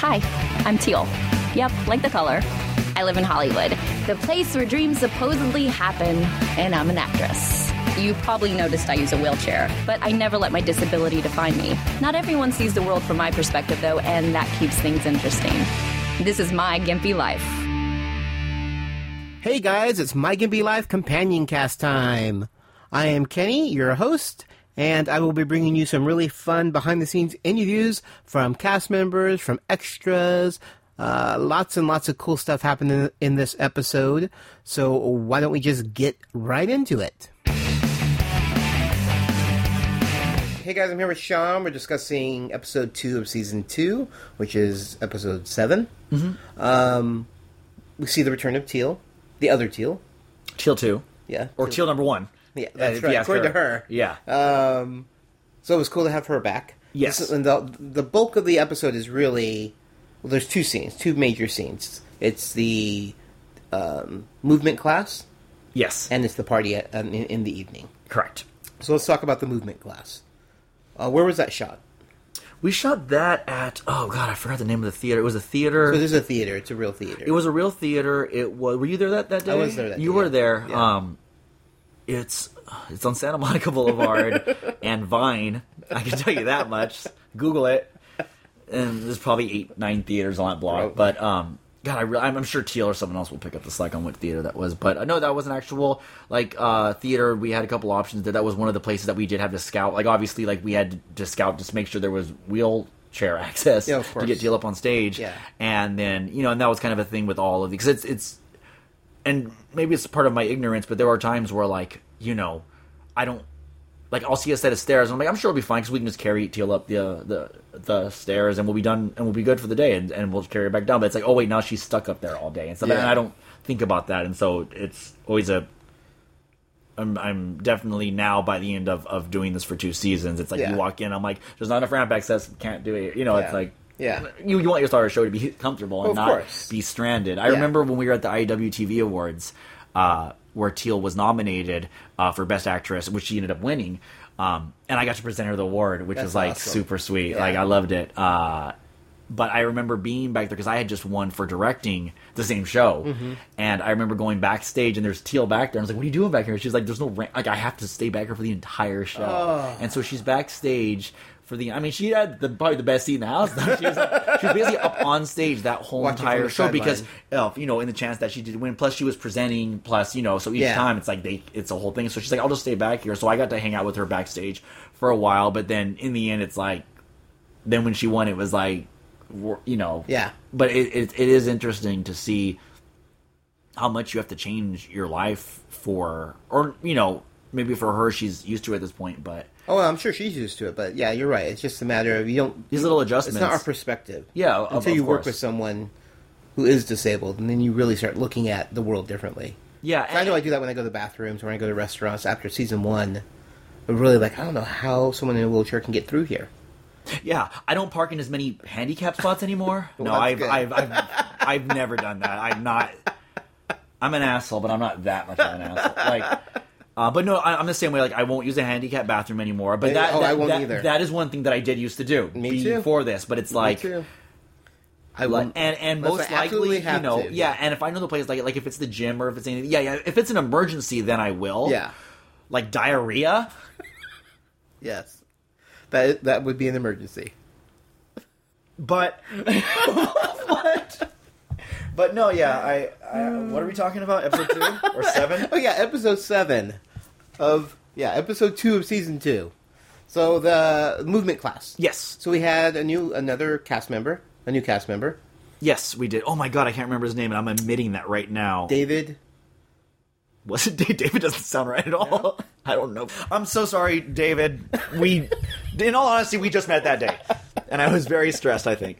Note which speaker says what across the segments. Speaker 1: Hi, I'm Teal. Yep, like the color. I live in Hollywood, the place where dreams supposedly happen, and I'm an actress. You probably noticed I use a wheelchair, but I never let my disability define me. Not everyone sees the world from my perspective, though, and that keeps things interesting. This is my gimpy life.
Speaker 2: Hey guys, it's My Gimpy Life Companion Cast time. I am Kenny, your host, and I will be bringing you some really fun behind the scenes interviews from cast members, from extras. Uh, lots and lots of cool stuff happened in, in this episode, so why don't we just get right into it? Hey guys, I'm here with Sean. We're discussing episode two of season two, which is episode 7
Speaker 3: Mm-hmm.
Speaker 2: Um, we see the return of Teal, the other Teal.
Speaker 3: Teal two.
Speaker 2: Yeah.
Speaker 3: Or teal number one.
Speaker 2: Yeah,
Speaker 3: Uh,
Speaker 2: that's
Speaker 3: if
Speaker 2: right.
Speaker 3: you ask
Speaker 2: According to her.
Speaker 3: Yeah.
Speaker 2: Um, so it was cool to have her back.
Speaker 3: Yes.
Speaker 2: This is- and the the bulk of the episode is really well. There's two scenes, two major scenes. It's the um, movement class,
Speaker 3: yes.
Speaker 2: and it's the party at, um, in, in the evening.
Speaker 3: correct.
Speaker 2: So let's talk about the movement class. Uh, where was that shot?
Speaker 3: We shot that at oh god, I forgot the name of the theater. It was a theater.
Speaker 2: So this is a theater. It's a real theater.
Speaker 3: it was a real theater. It was. Were you there that, that day?
Speaker 2: I was there that
Speaker 3: You
Speaker 2: day,
Speaker 3: were
Speaker 2: yeah.
Speaker 3: there.
Speaker 2: Yeah.
Speaker 3: Um, it's it's on Santa Monica Boulevard and Vine. I can tell you that much. Google it. And there's probably eight, nine theaters on that block.
Speaker 2: Right.
Speaker 3: But um, God, I really, I'm, I'm sure Teal or someone else will pick up the slack on what theater that was. But I know that was an actual like uh, theater. We had a couple options. That that was one of the places that we did have to scout. Like obviously, like we had to scout just to make sure there was wheelchair access
Speaker 2: Yeah, of
Speaker 3: to
Speaker 2: course.
Speaker 3: get Teal up on stage
Speaker 2: Yeah.
Speaker 3: and then you know, and that was kind of a thing with all of because it's it's, and maybe it's part of my ignorance, but there are times where like you know, I don't like I'll see a set of stairs, and I'm like I'm sure it'll be fine because we can just carry Teal up the uh, the the stairs, and we'll be done, and we'll be good for the day, and, and we'll carry her back down. But it's like, oh wait, now she's stuck up there all day, and so
Speaker 2: Yeah.
Speaker 3: and I don't think about that, and so it's always a. I'm, I'm definitely now by the end of, of doing this for two seasons. It's like
Speaker 2: Yeah.
Speaker 3: you walk in, I'm like, there's not enough ramp access, can't do it. You know, it's
Speaker 2: Yeah.
Speaker 3: like
Speaker 2: Yeah.
Speaker 3: you, you want your star show to be comfortable and
Speaker 2: Of
Speaker 3: not
Speaker 2: course.
Speaker 3: be stranded. I
Speaker 2: Yeah.
Speaker 3: remember when we were at the IWTV Awards, uh, where Teal was nominated uh, for Best Actress, which she ended up winning. Um, and I got to present her the award, which
Speaker 2: That's
Speaker 3: was like
Speaker 2: awesome.
Speaker 3: super sweet.
Speaker 2: Yeah.
Speaker 3: Like I loved it. Uh, but I remember being back there because I had just won for directing the same show,
Speaker 2: Mm-hmm.
Speaker 3: and I remember going backstage and there's Teal back there. And I was like, "What are you doing back here?" And she's like, "There's no ra- like I have to stay back here for the entire show." And so she's backstage for the. I mean, she had the probably the best seat in the house. though. she, was like, she was basically up on stage that whole
Speaker 2: Watching from
Speaker 3: entire
Speaker 2: the
Speaker 3: show because
Speaker 2: sideline.
Speaker 3: uh, you know in the chance that she did win, plus she was presenting, plus you know so each
Speaker 2: Yeah.
Speaker 3: time it's like they it's a whole thing. So she's like, "I'll just stay back here." So I got to hang out with her backstage for a while, but then in the end, it's like then when she won, it was like, wor- you know,
Speaker 2: Yeah.
Speaker 3: But it, it it is interesting to see how much you have to change your life for, or you know, maybe for her, she's used to it at this point, but
Speaker 2: Oh, well, I'm sure she's used to it, but yeah, you're right. It's just a matter of you don't.
Speaker 3: these little
Speaker 2: It's
Speaker 3: adjustments.
Speaker 2: not our perspective.
Speaker 3: Yeah, of-
Speaker 2: until
Speaker 3: of
Speaker 2: you work
Speaker 3: course.
Speaker 2: with someone who is disabled, and then you really start looking at the world differently.
Speaker 3: yeah,
Speaker 2: So I know I do that when I go to bathrooms, when I go to restaurants. After season one, I'm really like, I don't know how someone in a wheelchair can get through here.
Speaker 3: Yeah, I don't park in as many handicap spots anymore. no,
Speaker 2: that's
Speaker 3: I've,
Speaker 2: good.
Speaker 3: I've I've I've never done that. I'm not. I'm an asshole, but I'm not that much of an asshole. Like, uh, but no, I, I'm the same way. Like, I won't use a handicap bathroom anymore. But
Speaker 2: Yeah,
Speaker 3: that,
Speaker 2: oh,
Speaker 3: that,
Speaker 2: I won't
Speaker 3: that-
Speaker 2: either.
Speaker 3: that is one thing that I did used to do
Speaker 2: Me too.
Speaker 3: before this. But it's like,
Speaker 2: Me too. I
Speaker 3: like-
Speaker 2: won't.
Speaker 3: and and
Speaker 2: unless
Speaker 3: most
Speaker 2: I absolutely
Speaker 3: likely, you
Speaker 2: have
Speaker 3: know,
Speaker 2: to.
Speaker 3: yeah. And if I know the place, like like if it's the gym or if it's anything, yeah, yeah. If it's an emergency, then I will.
Speaker 2: yeah,
Speaker 3: like diarrhea.
Speaker 2: yes, that that would be an emergency.
Speaker 3: But what? But no, yeah. I, I what are we talking about? Episode two or seven?
Speaker 2: Oh yeah, episode seven of yeah episode two of season two. So the movement class.
Speaker 3: Yes,
Speaker 2: So we had a new another cast member, a new cast member,
Speaker 3: yes, we did. Oh my god, I can't remember his name, and I'm admitting that right now.
Speaker 2: David.
Speaker 3: Was it Dave? David? Doesn't sound right at all. I don't know. I'm so sorry, David. We, in all honesty, we just met that day, and I was very stressed. I think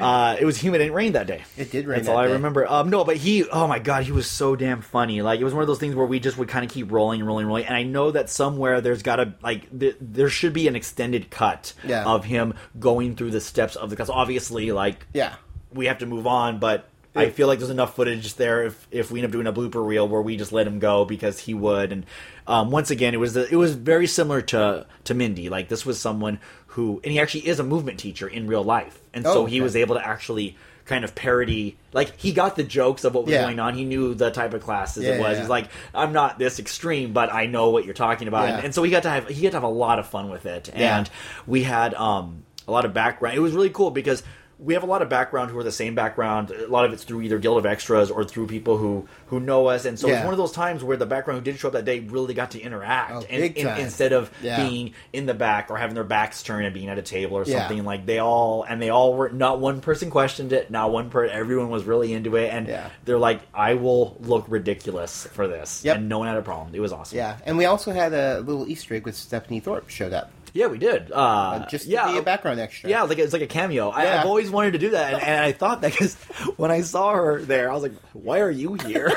Speaker 3: uh, it was humid and it rained that day.
Speaker 2: It did rain
Speaker 3: That's
Speaker 2: that
Speaker 3: all I
Speaker 2: day.
Speaker 3: remember. Um, no, but he. Oh my god, he was so damn funny. Like it was one of those things where we just would kind of keep rolling and rolling, and rolling. And I know that somewhere there's got to like th- there should be an extended cut
Speaker 2: Yeah.
Speaker 3: of him going through the steps of the. Because obviously, like
Speaker 2: Yeah.
Speaker 3: we have to move on, but I feel like there's enough footage there if if we end up doing a blooper reel where we just let him go because he would. And um, once again, it was the, it was very similar to to Mindy. Like this was someone who and he actually is a movement teacher in real life, and so
Speaker 2: Oh,
Speaker 3: he
Speaker 2: okay.
Speaker 3: was able to actually kind of parody like he got the jokes of what was
Speaker 2: Yeah.
Speaker 3: going on. He knew the type of classes
Speaker 2: Yeah,
Speaker 3: it was.
Speaker 2: yeah,
Speaker 3: He's
Speaker 2: yeah.
Speaker 3: like, I'm not this extreme, but I know what you're talking about,
Speaker 2: Yeah.
Speaker 3: and, and so he got to have he got to have a lot of fun with it,
Speaker 2: Yeah.
Speaker 3: and we had um, a lot of background. It was really cool because we have a lot of background who are the same background. A lot of it's through either Guild of Extras or through people who who know us, and so it's
Speaker 2: Yeah.
Speaker 3: one of those times where the background who did show up that day really got to interact,
Speaker 2: Oh,
Speaker 3: and,
Speaker 2: big
Speaker 3: and-
Speaker 2: time.
Speaker 3: instead of
Speaker 2: Yeah.
Speaker 3: being in the back or having their backs turned and being at a table or
Speaker 2: Yeah.
Speaker 3: something. Like they all and they all were not one person questioned it, not one per everyone was really into it, and
Speaker 2: Yeah.
Speaker 3: they're like, I will look ridiculous for this,
Speaker 2: Yep.
Speaker 3: and no one had a problem. It was awesome.
Speaker 2: Yeah, and we also had a little Easter egg with Stephanie Thorpe showed up.
Speaker 3: Yeah, we did. Uh,
Speaker 2: Uh, just to
Speaker 3: yeah,
Speaker 2: be a background extra.
Speaker 3: Yeah, like it's like a cameo. I,
Speaker 2: Yeah.
Speaker 3: I've always wanted to do that, and, and I thought that because when I saw her there, I was like, "Why are you here?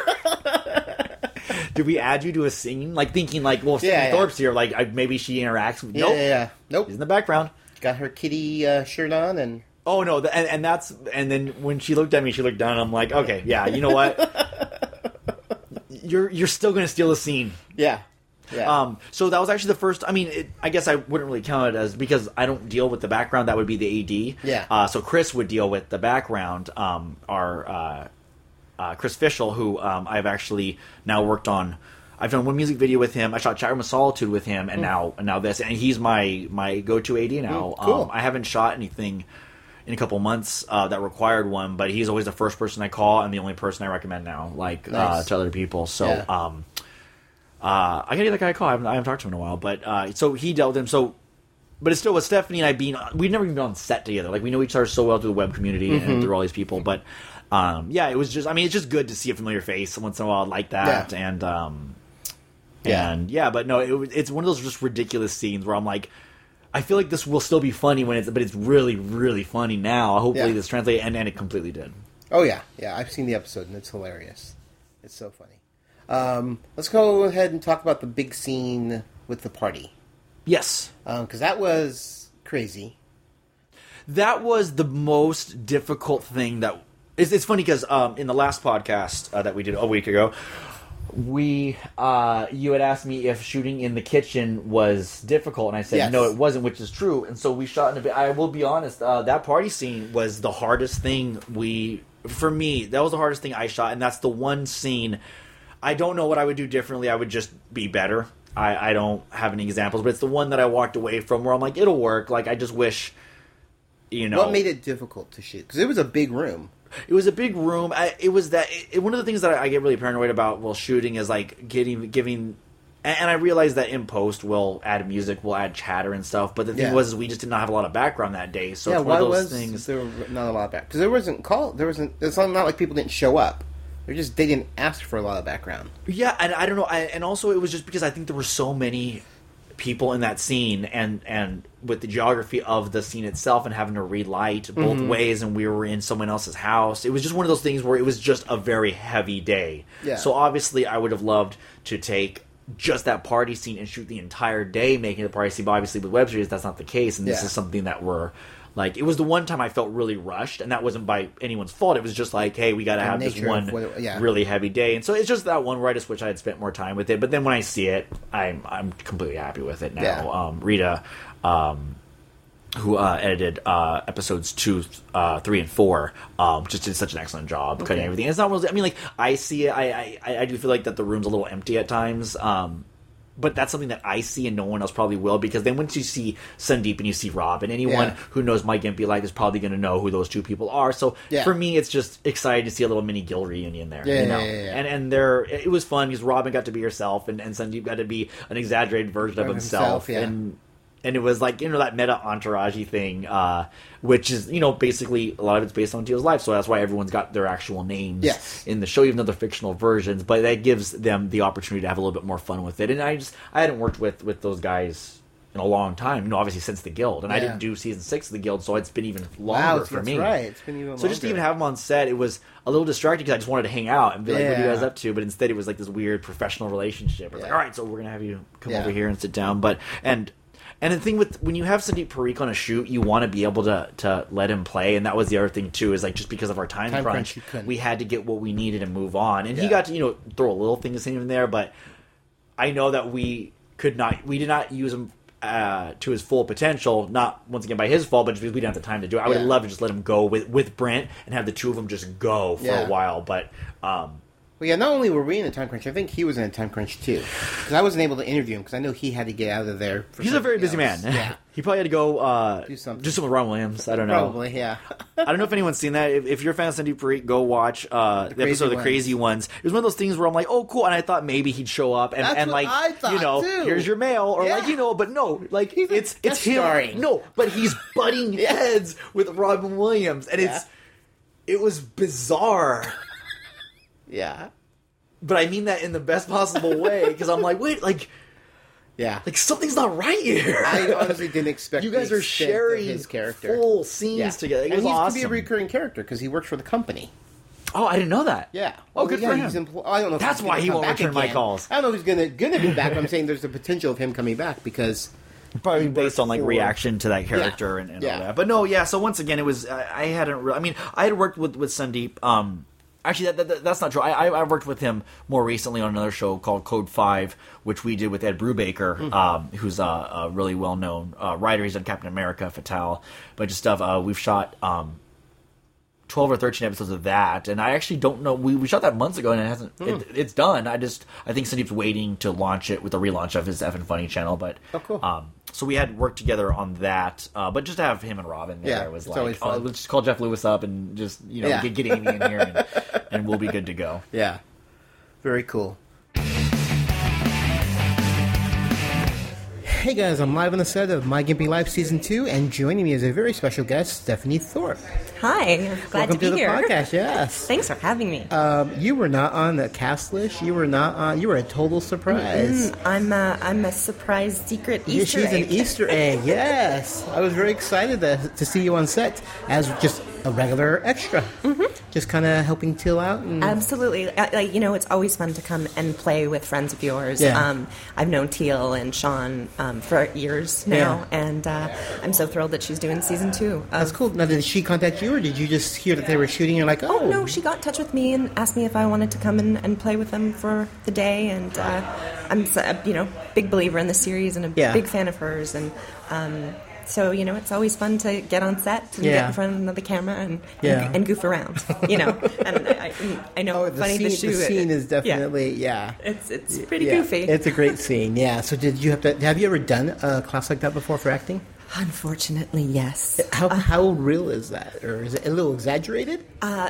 Speaker 3: Did we add you to a scene?" Like thinking, like, "Well,
Speaker 2: Yeah,
Speaker 3: Cindy
Speaker 2: yeah.
Speaker 3: Thorpe's here. Like, I, maybe she interacts." With,
Speaker 2: Yeah,
Speaker 3: nope,
Speaker 2: yeah, yeah. Nope.
Speaker 3: she's in the background.
Speaker 2: Got her kitty uh, shirt on and
Speaker 3: Oh no, th- and, and that's and then when she looked at me, she looked down. and I'm like, "Okay, yeah, you know what? you're you're still gonna steal the scene."
Speaker 2: yeah, yeah.
Speaker 3: Um, so that was actually the first. I mean, it, I guess I wouldn't really count it as because I don't deal with the background. That would be the AD.
Speaker 2: Yeah.
Speaker 3: Uh, so Chris would deal with the background. Um, our uh, uh, Chris Fischel, who um, I've actually now worked on. I've done one music video with him. I shot Child of Solitude with him,
Speaker 2: Hmm.
Speaker 3: and now and now this, and he's my my go to AD now.
Speaker 2: Mm, cool.
Speaker 3: Um, I haven't shot anything in a couple months uh, that required one, but he's always the first person I call and the only person I recommend now, like uh,
Speaker 2: Nice.
Speaker 3: to other people. So.
Speaker 2: Yeah.
Speaker 3: Um, uh, I gotta get that guy a call. I haven't, I haven't talked to him in a while, but uh, so he dealt with him. So, but it's still with Stephanie and I being we've never even been on set together. Like we know each other so well through the web community
Speaker 2: Mm-hmm.
Speaker 3: and through all these people. But um, yeah, it was just. I mean, it's just good to see a familiar face once in a while like that.
Speaker 2: Yeah.
Speaker 3: And um,
Speaker 2: Yeah.
Speaker 3: and yeah, but no, it, was- it's one of those just ridiculous scenes where I'm like. I feel like this will still be funny when it's, but it's really, really funny now. Hopefully,
Speaker 2: Yeah.
Speaker 3: this translated, and, and it completely did.
Speaker 2: oh yeah, yeah. I've seen the episode and it's hilarious. It's so funny. Um, let's go ahead and talk about the big scene with the party
Speaker 3: Yes,
Speaker 2: because that was crazy.
Speaker 3: that was the most difficult thing that it's, it's funny because um, in the last podcast uh, that we did a week ago we uh, you had asked me if shooting in the kitchen was difficult and i said
Speaker 2: Yes.
Speaker 3: no it wasn't which is true and so we shot in a bit i will be honest uh, that party scene was the hardest thing we for me that was the hardest thing i shot and that's the one scene i don't know what i would do differently i would just be better I, I don't have any examples, but it's the one that I walked away from where I'm like, it'll work. Like I just wish, you know,
Speaker 2: What made it difficult to shoot? Because it was a big room.
Speaker 3: it was a big room. I, it was that it, it- one of the things that I, I get really paranoid about while shooting is like getting giving. And, and I realize that in post we'll add music, we'll add chatter and stuff. But the thing
Speaker 2: Yeah.
Speaker 3: was, is we just did not have a lot of background that day, so
Speaker 2: yeah,
Speaker 3: it's one
Speaker 2: why
Speaker 3: of those
Speaker 2: was
Speaker 3: things.
Speaker 2: there not a lot of back? Because there wasn't call. There wasn't. It's not not like people didn't show up. They're just they didn't ask for a lot of background.
Speaker 3: Yeah, and I don't know, I, and also it was just because I think there were so many people in that scene, and and with the geography of the scene itself, and having to relight both
Speaker 2: Mm-hmm.
Speaker 3: ways, and we were in someone else's house. It was just one of those things where it was just a very heavy day.
Speaker 2: Yeah.
Speaker 3: So obviously, I would have loved to take just that party scene and shoot the entire day making the party scene. But obviously, with web series, that's not the case, and this
Speaker 2: Yeah.
Speaker 3: is something that we're. Like it was the one time I felt really rushed, and that wasn't by anyone's fault. It was just like, hey, we got to have this
Speaker 2: nature of
Speaker 3: one
Speaker 2: what- yeah.
Speaker 3: really heavy day, and so it's just that one where I just wish I had spent more time with it. But then when I see it, I'm I'm completely happy with it now.
Speaker 2: Yeah.
Speaker 3: Um, Rita, um, who uh, edited uh, episodes two, uh, three, and four, um, just did such an excellent job cutting everything. It's not one of those- I mean, like I see it. I, I I do feel like that the room's a little empty at times. Um, but that's something that I see and no one else probably will because then once you see Sandeep and you see Rob and anyone
Speaker 2: Yeah.
Speaker 3: who knows Mike Gimpy like is probably going to know who those two people are. So
Speaker 2: Yeah.
Speaker 3: for me, it's just exciting to see a little mini guild reunion there.
Speaker 2: Yeah,
Speaker 3: you know?
Speaker 2: yeah, yeah, yeah.
Speaker 3: And and there it was fun because Robin got to be herself and, and Sandeep got to be an exaggerated version of
Speaker 2: Of
Speaker 3: himself,
Speaker 2: himself, yeah.
Speaker 3: and and it was like you know that meta entourage thing, uh, which is you know basically a lot of it's based on Teal's life, so that's why everyone's got their actual names
Speaker 2: Yes.
Speaker 3: in the show, even though they're fictional versions. But that gives them the opportunity to have a little bit more fun with it. And I just I hadn't worked with with those guys. In a long time, you know, obviously since the guild, and I
Speaker 2: Yeah.
Speaker 3: didn't do season six of the guild, so it's been even longer
Speaker 2: Wow,
Speaker 3: for
Speaker 2: that's
Speaker 3: me.
Speaker 2: right. It's been even
Speaker 3: so just to
Speaker 2: longer.
Speaker 3: even have him on set, it was a little distracting because I just wanted to hang out and be like, "What are you
Speaker 2: Yeah.
Speaker 3: guys up to?" But instead, it was like this weird professional relationship. It's like,
Speaker 2: Yeah.
Speaker 3: "All right, so we're gonna have you come
Speaker 2: Yeah.
Speaker 3: over here and sit down." But and and the thing with when you have Sandeep Parikh on a shoot, you want to be able to to let him play, and that was the other thing too. Is like just because of our time,
Speaker 2: Time crunch,
Speaker 3: crunch
Speaker 2: you couldn't.
Speaker 3: we had to get what we needed and move on. And he
Speaker 2: Yeah.
Speaker 3: got to you know throw a little thing in there, but I know that we could not, we did not use him uh, to his full potential. Not once again by his fault, but just because we didn't have the time to do it. I would
Speaker 2: Yeah.
Speaker 3: love to just let him go with with Brent and have the two of them just go Oh, for
Speaker 2: Yeah.
Speaker 3: a while. But um,
Speaker 2: Well, yeah, not only were we in a time crunch, I think he was in a time crunch too. Because I wasn't able to interview him because I know he had to get out of there. For
Speaker 3: he's a very busy
Speaker 2: something
Speaker 3: man.
Speaker 2: else. Yeah.
Speaker 3: he probably had to go uh, do
Speaker 2: something.
Speaker 3: Do some with Ron Williams. I don't know.
Speaker 2: Probably, yeah.
Speaker 3: I don't know if anyone's seen that. If, if you're a fan of Sandeep Parikh, go watch uh, the,
Speaker 2: Crazy
Speaker 3: episode of The
Speaker 2: Ones.
Speaker 3: Crazy Ones. It was one of those things where I'm like, oh, cool. And I thought maybe he'd show up and,
Speaker 2: That's
Speaker 3: and
Speaker 2: what
Speaker 3: like,
Speaker 2: I thought,
Speaker 3: you know,
Speaker 2: too.
Speaker 3: here's your mail. Or like,
Speaker 2: Yeah.
Speaker 3: you know, but no, like,
Speaker 2: He's, like,
Speaker 3: it's, it's
Speaker 2: guest
Speaker 3: him.
Speaker 2: starring.
Speaker 3: No, but he's butting heads with Robin Williams. And it's, it was bizarre.
Speaker 2: Yeah.
Speaker 3: But I mean that in the best possible way because I'm like, wait, like,
Speaker 2: Yeah.
Speaker 3: like something's not right here.
Speaker 2: I honestly didn't expect
Speaker 3: you guys
Speaker 2: the
Speaker 3: are
Speaker 2: extent of
Speaker 3: sharing
Speaker 2: his character.
Speaker 3: full scenes
Speaker 2: yeah.
Speaker 3: together. It
Speaker 2: and
Speaker 3: was
Speaker 2: he's
Speaker 3: awesome.
Speaker 2: to be a recurring character because he works for the company.
Speaker 3: oh, I didn't know that.
Speaker 2: Yeah.
Speaker 3: Oh, good
Speaker 2: yeah,
Speaker 3: for
Speaker 2: He's
Speaker 3: him.
Speaker 2: empl- I don't know. if
Speaker 3: That's
Speaker 2: he's gonna
Speaker 3: why he
Speaker 2: come
Speaker 3: won't
Speaker 2: back
Speaker 3: return my
Speaker 2: again.
Speaker 3: calls.
Speaker 2: I don't know if he's gonna gonna be back. But I'm saying there's the potential of him coming back because
Speaker 3: probably based on like
Speaker 2: for-
Speaker 3: reaction to that character and, and
Speaker 2: Yeah.
Speaker 3: all that. But no, yeah. So once again, it was I, I hadn't. Re- I mean, I had worked with with Sandeep. Um, actually, that, that that's not true. I, I I worked with him more recently on another show called Code Five, which we did with Ed Brubaker,
Speaker 2: Mm-hmm.
Speaker 3: um, who's a, a really well known uh, writer. He's done Captain America, Fatale, bunch of stuff. Uh, we've shot. Um, 12 or 13 episodes of that and i actually don't know we, we shot that months ago and it hasn't
Speaker 2: Mm.
Speaker 3: it, it's done i just i think sandeep's waiting to launch it with the relaunch of his f and funny channel but
Speaker 2: Oh, cool.
Speaker 3: um so we had worked together on that uh but just to have him and robin there
Speaker 2: Yeah,
Speaker 3: was
Speaker 2: it's
Speaker 3: like
Speaker 2: always
Speaker 3: oh,
Speaker 2: fun.
Speaker 3: let's just call jeff lewis up and just you know
Speaker 2: Yeah.
Speaker 3: get, get amy in here and, and we'll be good to go
Speaker 2: yeah, very cool. Hey guys, I'm live on the set of My Gimpy Life Season 2, and joining me is a very special guest, Stephanie Thorpe.
Speaker 4: Hi, glad
Speaker 2: Welcome
Speaker 4: to be
Speaker 2: the
Speaker 4: here.
Speaker 2: podcast, yes.
Speaker 4: Thanks for having me.
Speaker 2: Um, you were not on the cast list. You were not on. You were a total surprise.
Speaker 4: Mm-hmm. I'm a, I'm a surprise secret
Speaker 2: Yeah,
Speaker 4: Easter
Speaker 2: she's
Speaker 4: egg.
Speaker 2: an Easter egg. Yes, I was very excited to, to see you on set as just a regular extra, mm-hmm. just kind of helping Till out. And
Speaker 4: Absolutely, Uh, like you know, it's always fun to come and play with friends of yours.
Speaker 2: Yeah.
Speaker 4: Um, I've known Teal and Sean um, for years now, and uh, I'm so thrilled that she's doing season two. Of,
Speaker 2: that's cool. Now, did she contact you, or did you just hear that they were shooting? You're like, oh,
Speaker 4: No, she got in touch with me and asked me if I wanted to come and, and play with them for the day. And uh, I'm, s- a, you know, big believer in the series and a
Speaker 2: Yeah.
Speaker 4: big fan of hers. And um, so, you know, it's always fun to get on set and
Speaker 2: Yeah.
Speaker 4: get in front of the camera and,
Speaker 2: Yeah.
Speaker 4: and, and goof around, you know. and I, I, I know,
Speaker 2: Oh, the
Speaker 4: funny
Speaker 2: scene,
Speaker 4: the shoe.
Speaker 2: the scene is
Speaker 4: yeah.
Speaker 2: definitely yeah.
Speaker 4: It's, it's pretty
Speaker 2: Yeah,
Speaker 4: goofy.
Speaker 2: It's a great scene, yeah. So, did you have to? Have you ever done a class like that before for acting?
Speaker 4: Unfortunately, yes.
Speaker 2: How
Speaker 4: Uh,
Speaker 2: how real is that, or is it a little exaggerated?
Speaker 4: Uh,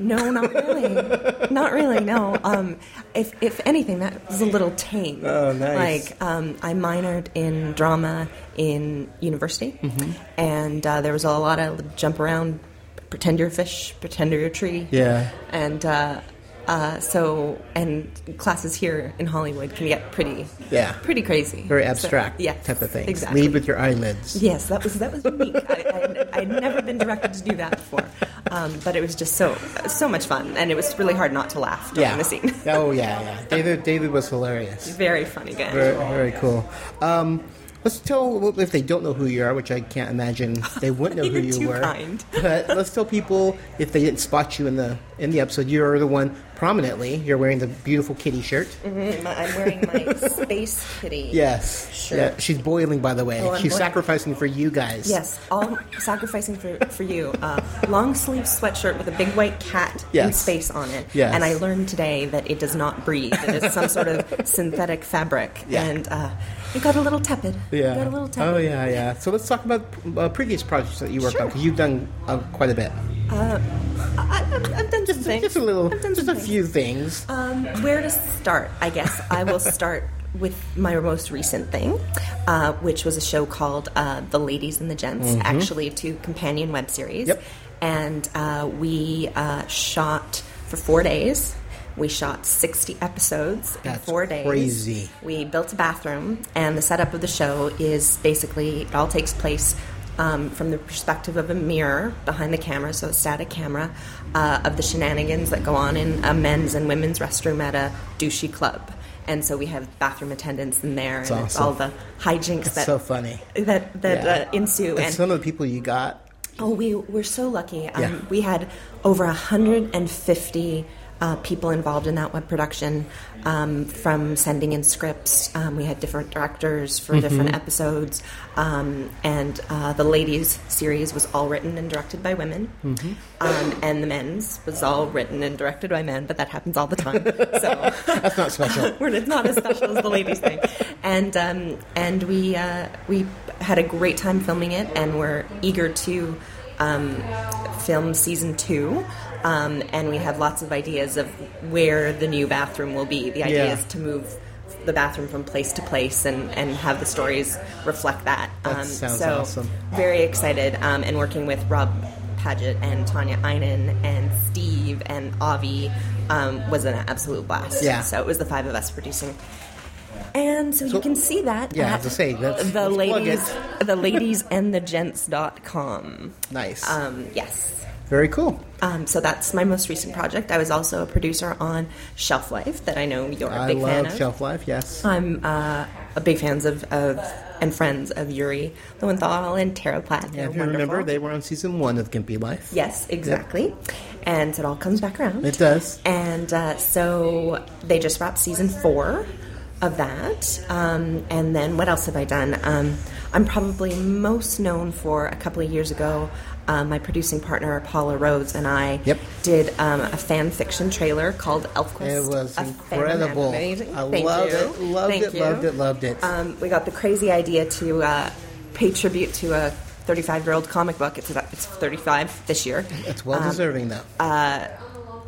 Speaker 4: No, not really. not really. No. Um, if if anything, that was a little tame.
Speaker 2: Oh, nice.
Speaker 4: Like um, I minored in drama in university,
Speaker 2: Mm-hmm.
Speaker 4: and uh, there was a lot of jump around, pretend you're a fish, pretend you're a tree.
Speaker 2: Yeah.
Speaker 4: And uh, uh, so and classes here in Hollywood can get pretty
Speaker 2: Yeah.
Speaker 4: pretty crazy,
Speaker 2: Very
Speaker 4: So,
Speaker 2: abstract,
Speaker 4: yeah,
Speaker 2: type of thing.
Speaker 4: Exactly.
Speaker 2: Lead with your eyelids.
Speaker 4: Yes, that was that was unique. I, I, I'd never been directed to do that before, um, but it was just so so much fun, and it was really hard not to laugh during the scene.
Speaker 2: oh yeah, yeah. David David was hilarious.
Speaker 4: Very funny guy.
Speaker 2: Very, very cool. Um, let's tell if they don't know who you are, which I can't imagine they wouldn't know who
Speaker 4: You're
Speaker 2: you
Speaker 4: too
Speaker 2: were.
Speaker 4: kind.
Speaker 2: But let's tell people if they didn't spot you in the in the episode, you're the one prominently. You're wearing the beautiful kitty shirt.
Speaker 4: Mm, my- I'm wearing my space kitty.
Speaker 2: Yes.
Speaker 4: Sure.
Speaker 2: Yeah, she's boiling, by the way.
Speaker 4: Oh, I'm
Speaker 2: she's
Speaker 4: boiling.
Speaker 2: sacrificing for you guys.
Speaker 4: Yes, all sacrificing for, for you. Uh, long sleeve sweatshirt with a big white cat and
Speaker 2: Yes.
Speaker 4: space on it.
Speaker 2: Yes.
Speaker 4: And I learned today that it does not breathe. It is some sort of synthetic fabric.
Speaker 2: Yeah.
Speaker 4: And uh, it got a little tepid. It
Speaker 2: Yeah.
Speaker 4: got a little tepid.
Speaker 2: oh yeah, yeah. So let's talk about uh, previous projects that you worked on
Speaker 4: Sure.
Speaker 2: because you've done uh, quite a bit.
Speaker 4: Uh, I, I've, I've done some things.
Speaker 2: Just a little,
Speaker 4: I've done
Speaker 2: just
Speaker 4: some
Speaker 2: a
Speaker 4: things.
Speaker 2: few things.
Speaker 4: Um, where to start? I guess I will start with my most recent thing, uh, which was a show called uh, The Ladies and the Gents, actually two companion web series.
Speaker 2: Mm-hmm. Yep.
Speaker 4: And uh, we uh, shot for four days. We shot 60 episodes in
Speaker 2: That's
Speaker 4: four days.
Speaker 2: crazy.
Speaker 4: We built a bathroom, and the setup of the show is basically it all takes place um, from the perspective of a mirror behind the camera, so a static camera, uh, of the shenanigans that go on in a men's and women's restroom at a douchey club. And so we have bathroom attendants in there, and it's
Speaker 2: awesome.
Speaker 4: all the hijinks
Speaker 2: That's
Speaker 4: that
Speaker 2: so funny.
Speaker 4: that that
Speaker 2: Yeah.
Speaker 4: uh, ensue.
Speaker 2: And
Speaker 4: and
Speaker 2: some of the people you got
Speaker 4: Oh, we were so lucky. Um,
Speaker 2: Yeah.
Speaker 4: We had over 150 uh, people involved in that web production, um, from sending in scripts. Um, we had different directors for different episodes, um, and uh, the ladies' series was all written and directed by women, um, and the men's was all written and directed by men. But that happens all the time. So
Speaker 2: That's not special.
Speaker 4: we're it's not as special as the ladies thing. And um, and we uh, we had a great time filming it, and we're eager to um, film season two. Um, and we have lots of ideas of where the new bathroom will be. The idea
Speaker 2: Yeah.
Speaker 4: is to move the bathroom from place to place and, and have the stories reflect that. Um,
Speaker 5: Um,
Speaker 2: That sounds
Speaker 4: so
Speaker 2: awesome.
Speaker 4: very excited um, and working with Rob Paget and Tanya Einen and Steve and Avi um, was an absolute blast.
Speaker 2: Yeah.
Speaker 4: So it was the five of us producing. And so,
Speaker 2: So-
Speaker 4: you can see that.
Speaker 2: Yeah, I
Speaker 4: at
Speaker 2: have to say, that's-
Speaker 4: the
Speaker 2: let's plug
Speaker 4: ladies, the ladies and the gents.com.
Speaker 2: Nice.
Speaker 4: Um, yes.
Speaker 2: Very cool.
Speaker 4: Um, so that's my most recent project. I was also a producer on Shelf Life, that I know you're a
Speaker 2: I
Speaker 4: big fan
Speaker 2: love
Speaker 4: of.
Speaker 2: shelf life. Yes.
Speaker 4: I'm uh, a big fans of, of and friends of Yuri Lowenthal and Tara Platt.
Speaker 2: Yeah,
Speaker 4: They're
Speaker 2: if you
Speaker 4: wonderful.
Speaker 2: remember, they were on season one of Gimpy Life.
Speaker 4: Yes, exactly. And so it all comes back around.
Speaker 2: It does.
Speaker 4: And uh, so they just wrapped season four of that. Um, and then what else have I done? Um, I'm probably most known for a couple of years ago. Uh, my producing partner Paula Rhodes and I
Speaker 2: Yep.
Speaker 4: did um, a fan fiction trailer called Elfquest.
Speaker 2: It was
Speaker 4: A fan
Speaker 2: incredible.
Speaker 4: animated-
Speaker 2: I
Speaker 4: Thank
Speaker 2: loved
Speaker 4: you.
Speaker 2: it, loved
Speaker 4: Thank
Speaker 2: it,
Speaker 4: you.
Speaker 2: loved it, loved it.
Speaker 4: Um, we got the crazy idea to uh, pay tribute to a 35 year old comic book. It's, about, it's 35 this year. Um,
Speaker 2: It's well deserving though.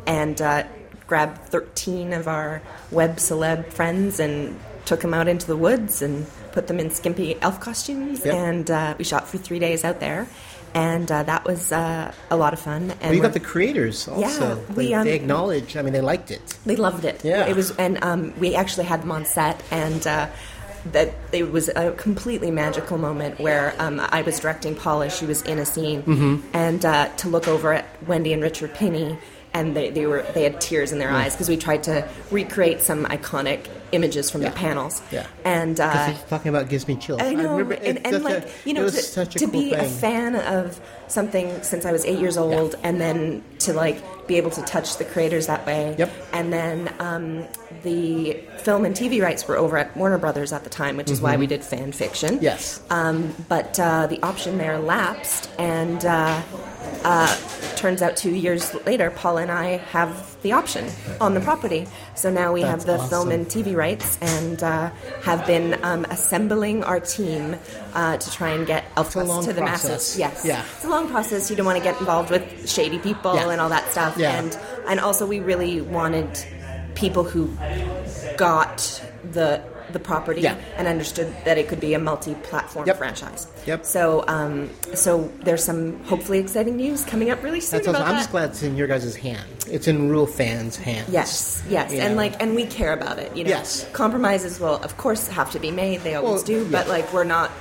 Speaker 4: and uh, grabbed 13 of our web celeb friends and took them out into the woods and put them in skimpy elf costumes.
Speaker 2: Yep.
Speaker 4: And uh, we shot for three days out there. And uh, that was uh, a lot of fun. And
Speaker 2: Well, you got
Speaker 4: we're-
Speaker 2: the creators also. they,
Speaker 4: Yeah, we, um,
Speaker 2: they acknowledge. I mean, they liked it.
Speaker 4: they loved it.
Speaker 2: Yeah.
Speaker 4: it was, and um, we actually had them on set, and uh, that it was a completely magical moment where um, I was directing Paula. She was in a scene,
Speaker 2: Mm-hmm.
Speaker 6: Mm-hmm.
Speaker 4: and uh, to look over at Wendy and Richard Pinney, and they, they were they had tears in their eyes because we tried to recreate some iconic images from
Speaker 2: Yeah.
Speaker 4: the panels.
Speaker 2: Yeah.
Speaker 4: and. Uh,
Speaker 2: Just talking about gives me chills.
Speaker 4: I know,
Speaker 2: remember
Speaker 4: and,
Speaker 2: it's such
Speaker 4: and like
Speaker 2: a-
Speaker 4: you know,
Speaker 2: it was
Speaker 4: to,
Speaker 2: such a
Speaker 4: to
Speaker 2: cool
Speaker 4: be a
Speaker 2: thing.
Speaker 4: fan of something since I was eight years old, and then to like be able to touch the creators that way.
Speaker 2: Yep.
Speaker 4: And then um, the film and TV rights were over at Warner Brothers at the time, which is why we did fan fiction.
Speaker 2: Mm-hmm. Yes.
Speaker 4: Um, but uh, the option there lapsed, and uh, uh, turns out two years later, Paul and I have the option on the property. So now we
Speaker 2: That's
Speaker 4: have the film
Speaker 2: awesome.
Speaker 4: and TV rights, and uh, have been um, assembling our team uh, to try and get
Speaker 2: a long
Speaker 4: Elfquest to the
Speaker 2: process.
Speaker 4: masses. Yes,
Speaker 2: Yeah.
Speaker 4: it's a long process. You don't want to get involved with shady people
Speaker 2: Yeah.
Speaker 4: and all that stuff.
Speaker 2: Yeah.
Speaker 4: And and also we really wanted people who got the the property
Speaker 2: Yeah.
Speaker 4: and understood that it could be a multi-platform
Speaker 2: Yep.
Speaker 4: franchise.
Speaker 2: Yep.
Speaker 4: So, um, so there's some hopefully exciting news coming up really soon
Speaker 2: That's
Speaker 4: about
Speaker 2: awesome. I'm
Speaker 4: that.
Speaker 2: just glad it's in your guys' hands. It's in real fans' hands.
Speaker 4: Yes, yes,
Speaker 2: You
Speaker 4: and
Speaker 2: know?
Speaker 4: like, and we care about it. You know,
Speaker 2: Yes.
Speaker 4: compromises will, of course, have to be made. They always
Speaker 2: Well,
Speaker 4: do, but
Speaker 2: yeah.
Speaker 4: like, we're not,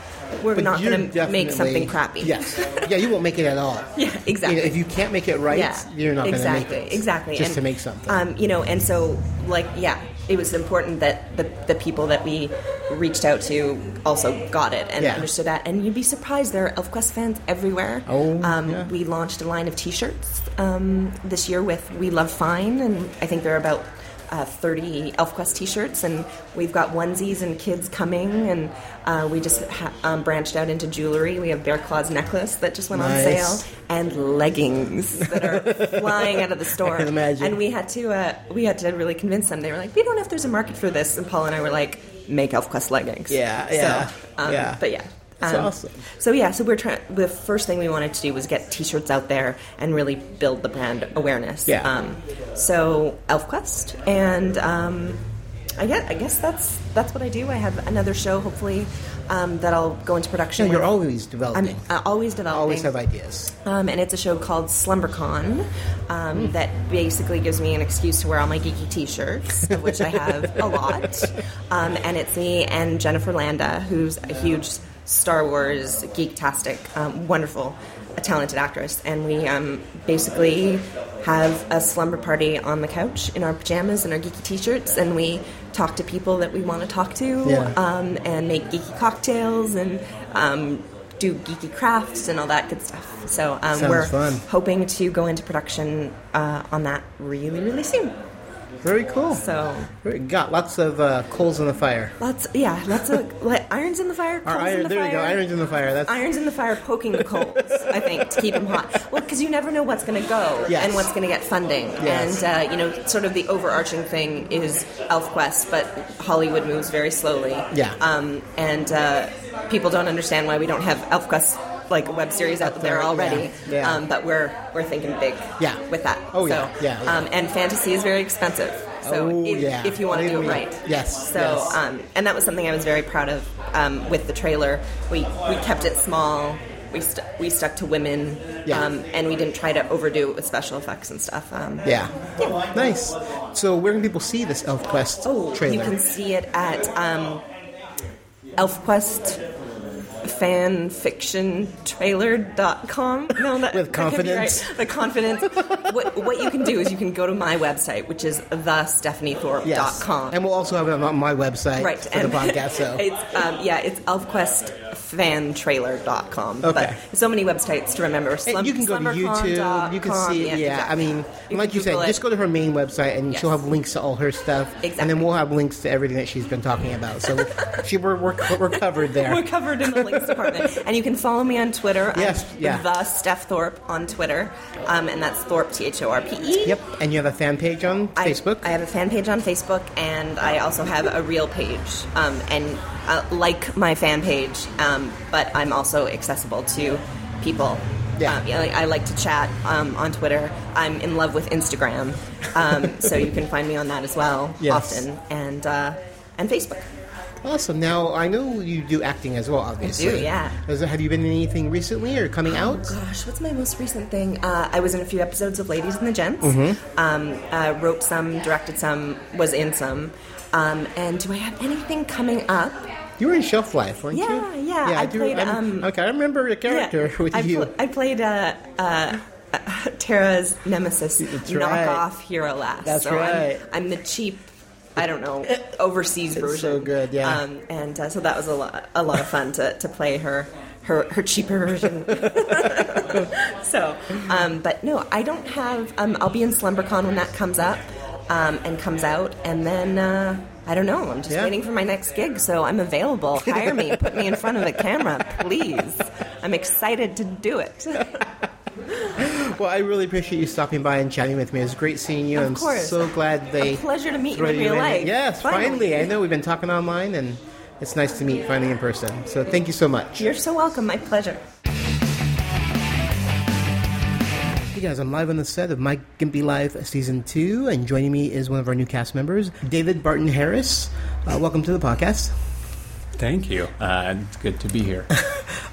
Speaker 4: we're
Speaker 2: But
Speaker 4: not
Speaker 2: you're
Speaker 4: going to make
Speaker 2: definitely-
Speaker 4: something crappy.
Speaker 2: Yes. Yeah, you won't make it at all.
Speaker 4: Yeah, exactly.
Speaker 2: You know, if you can't make it right,
Speaker 4: yeah,
Speaker 2: you're not
Speaker 4: exactly,
Speaker 2: going to make it.
Speaker 4: exactly.
Speaker 2: Just
Speaker 4: And,
Speaker 2: to make something.
Speaker 4: Um, you know, and so like, yeah, it was important that the the people that we reached out to also got it and
Speaker 2: Yeah.
Speaker 4: understood that. And you'd be surprised, there are ElfQuest fans everywhere.
Speaker 2: Oh,
Speaker 4: um,
Speaker 2: yeah.
Speaker 4: we launched a line of T-shirts um, this year with "We Love Fine," and I think there are about. Uh, 30 ElfQuest t-shirts and we've got onesies and kids coming and uh, we just ha- um, branched out into jewelry we have bear claws necklace that just went
Speaker 2: Nice.
Speaker 4: on sale and leggings that are flying out of the store.
Speaker 2: I can imagine.
Speaker 4: And we had to uh, we had to really convince them. They were like, "We don't know if there's a market for this." And Paul and I were like, "Make ElfQuest leggings."
Speaker 2: Yeah,
Speaker 4: So,
Speaker 2: yeah,
Speaker 4: um,
Speaker 2: yeah.
Speaker 4: But yeah. um,
Speaker 2: That's awesome.
Speaker 4: So yeah, so we're trying. The first thing we wanted to do was get T-shirts out there and really build the brand awareness.
Speaker 2: Yeah.
Speaker 4: Um, so ElfQuest, and um, I guess I guess that's that's what I do. I have another show, hopefully, um, that I'll go into production.
Speaker 2: Yeah, you're
Speaker 4: with.
Speaker 2: always
Speaker 4: I'm
Speaker 2: developing.
Speaker 4: uh, always developing.
Speaker 2: always have ideas. Hmm.
Speaker 4: Um, and it's a show called SlumberCon um, that basically gives me an excuse to wear all my geeky T-shirts, of which I have a lot. Um, and it's me and Jennifer Landa, who's a huge Star Wars geek-tastic, um, wonderful, a talented actress, and we um, basically have a slumber party on the couch in our pajamas and our geeky T-shirts, and we talk to people that we want to talk to,
Speaker 2: Yeah.
Speaker 4: um, and make geeky cocktails and. Um, do geeky crafts and all that good stuff. So um,
Speaker 2: Sounds
Speaker 4: we're
Speaker 2: fun.
Speaker 4: hoping to go into production uh, on that really, really soon.
Speaker 2: Very cool.
Speaker 4: So
Speaker 2: Very- got lots of uh, coals in the fire.
Speaker 4: lots, yeah, lots of like, irons in the fire.
Speaker 2: Or
Speaker 4: coals in
Speaker 2: iron,
Speaker 4: the
Speaker 2: there
Speaker 4: fire.
Speaker 2: you go. Irons in the fire. That's
Speaker 4: irons in the fire poking the coals i think to keep them hot well because you never know what's going to go
Speaker 2: Yes.
Speaker 4: and what's going to get funding
Speaker 2: Yes.
Speaker 4: and uh, you know sort of the overarching thing is elfquest but hollywood moves very slowly
Speaker 2: Yeah.
Speaker 4: um, and uh, people don't understand why we don't have elfquest like a web series out there
Speaker 2: there,
Speaker 4: already
Speaker 2: yeah, yeah.
Speaker 4: Um, but we're we're thinking big
Speaker 2: Yeah.
Speaker 4: with that
Speaker 2: Oh,
Speaker 4: so,
Speaker 2: yeah, yeah, yeah.
Speaker 4: Um, and fantasy is very expensive so
Speaker 2: Oh,
Speaker 4: if,
Speaker 2: yeah.
Speaker 4: if you want to do it
Speaker 2: Believe me.
Speaker 4: right
Speaker 2: Yes,
Speaker 4: so
Speaker 2: yes.
Speaker 4: um, and that was something I was very proud of um, with the trailer. We we kept it small. We st- we stuck to women,
Speaker 2: Yeah.
Speaker 4: um, and we didn't try to overdo it with special effects and stuff. Um,
Speaker 2: yeah. Nice. So where can people see this Elf Quest
Speaker 4: Oh,
Speaker 2: trailer?
Speaker 4: you can see it at um, ElfQuest fanfictiontrailer.com no that,
Speaker 2: With
Speaker 4: that could be
Speaker 2: confidence.
Speaker 4: right. the confidence what, what you can do is you can go to my website which is thestephaniethorpe.com
Speaker 2: yes. And we'll also have it on my website
Speaker 4: right
Speaker 2: for the podcast. So
Speaker 4: it's um, yeah it's elfquestfantrailer.com
Speaker 2: Okay.
Speaker 4: but so many websites to remember
Speaker 2: And
Speaker 4: Slum-
Speaker 2: you can go to YouTube.
Speaker 4: slumbercon.com,
Speaker 2: You can see. Yeah, I
Speaker 4: exactly.
Speaker 2: mean,
Speaker 4: You
Speaker 2: like
Speaker 4: can
Speaker 2: you said,
Speaker 4: Google it.
Speaker 2: just go to her main website, and
Speaker 4: Yes.
Speaker 2: she'll have links to all her stuff. And then
Speaker 4: Exactly.
Speaker 2: we'll have links to everything that she's been talking about. So she we're, we're we're covered there.
Speaker 4: we're covered in the links department and you can follow me on Twitter I'm
Speaker 2: Yes, yeah.
Speaker 4: the Steph Thorpe on Twitter um, and that's Thorpe T H O R P E
Speaker 2: Yep. And you have a fan page on
Speaker 4: I-
Speaker 2: Facebook.
Speaker 4: I have a fan page on Facebook, and I also have a real page. Um, and uh, like my fan page, um, but I'm also accessible to people.
Speaker 2: Yeah.
Speaker 4: Um, like, I like to chat um, on Twitter. I'm in love with Instagram, um, so you can find me on that as well
Speaker 2: Yes.
Speaker 4: often, and uh, and Facebook.
Speaker 2: awesome. Now I know you do acting as well. Obviously.
Speaker 4: yeah. Oh,
Speaker 2: Is- have you been in anything recently or coming out?
Speaker 4: Gosh, what's my most recent thing? Uh, I was in a few episodes of Ladies and the Gents.
Speaker 2: Mm-hmm.
Speaker 4: Um, uh, wrote some, directed some, was in some. Um, and do I have anything coming up?
Speaker 2: You were in Shelf Life, weren't
Speaker 4: Yeah,
Speaker 2: you?
Speaker 4: yeah, I played,
Speaker 2: I'm-
Speaker 4: um,
Speaker 2: okay, I remember a character
Speaker 4: Yeah,
Speaker 2: with
Speaker 4: I
Speaker 2: you.
Speaker 4: pl- I played uh, uh, Tara's nemesis,
Speaker 2: That's right.
Speaker 4: knockoff Hero Last.
Speaker 2: That's
Speaker 4: so
Speaker 2: right.
Speaker 4: I'm, I'm the cheap. I don't know overseas version.
Speaker 2: so good, yeah.
Speaker 4: Um, and uh, so that was a lot, a lot of fun to, to play her, her, her cheaper version. so, um, but no, I don't have. Um, I'll be in SlumberCon when that comes up, um, and comes out, and then. Uh, I don't know. I'm just
Speaker 2: Yeah.
Speaker 4: waiting for my next gig, so I'm available. Hire me. Put me in front of a camera, please. I'm excited to do it.
Speaker 2: Well, I really appreciate you stopping by and chatting with me. It was great seeing you.
Speaker 4: Of
Speaker 2: I'm
Speaker 4: course.
Speaker 2: so glad they.
Speaker 4: A pleasure to meet you
Speaker 2: throw
Speaker 4: in real
Speaker 2: there.
Speaker 4: life.
Speaker 2: Yes, finally.
Speaker 4: Finally.
Speaker 2: I know we've been talking online, and it's nice to meet finally in person. So thank you so much.
Speaker 4: You're so welcome. My pleasure.
Speaker 2: Hey guys, I'm live on the set of Mike Gimpy Live Season 2, and joining me is one of our new cast members, David Barton Harris. Uh, welcome to the podcast.
Speaker 7: Thank you. Uh, it's good to be here.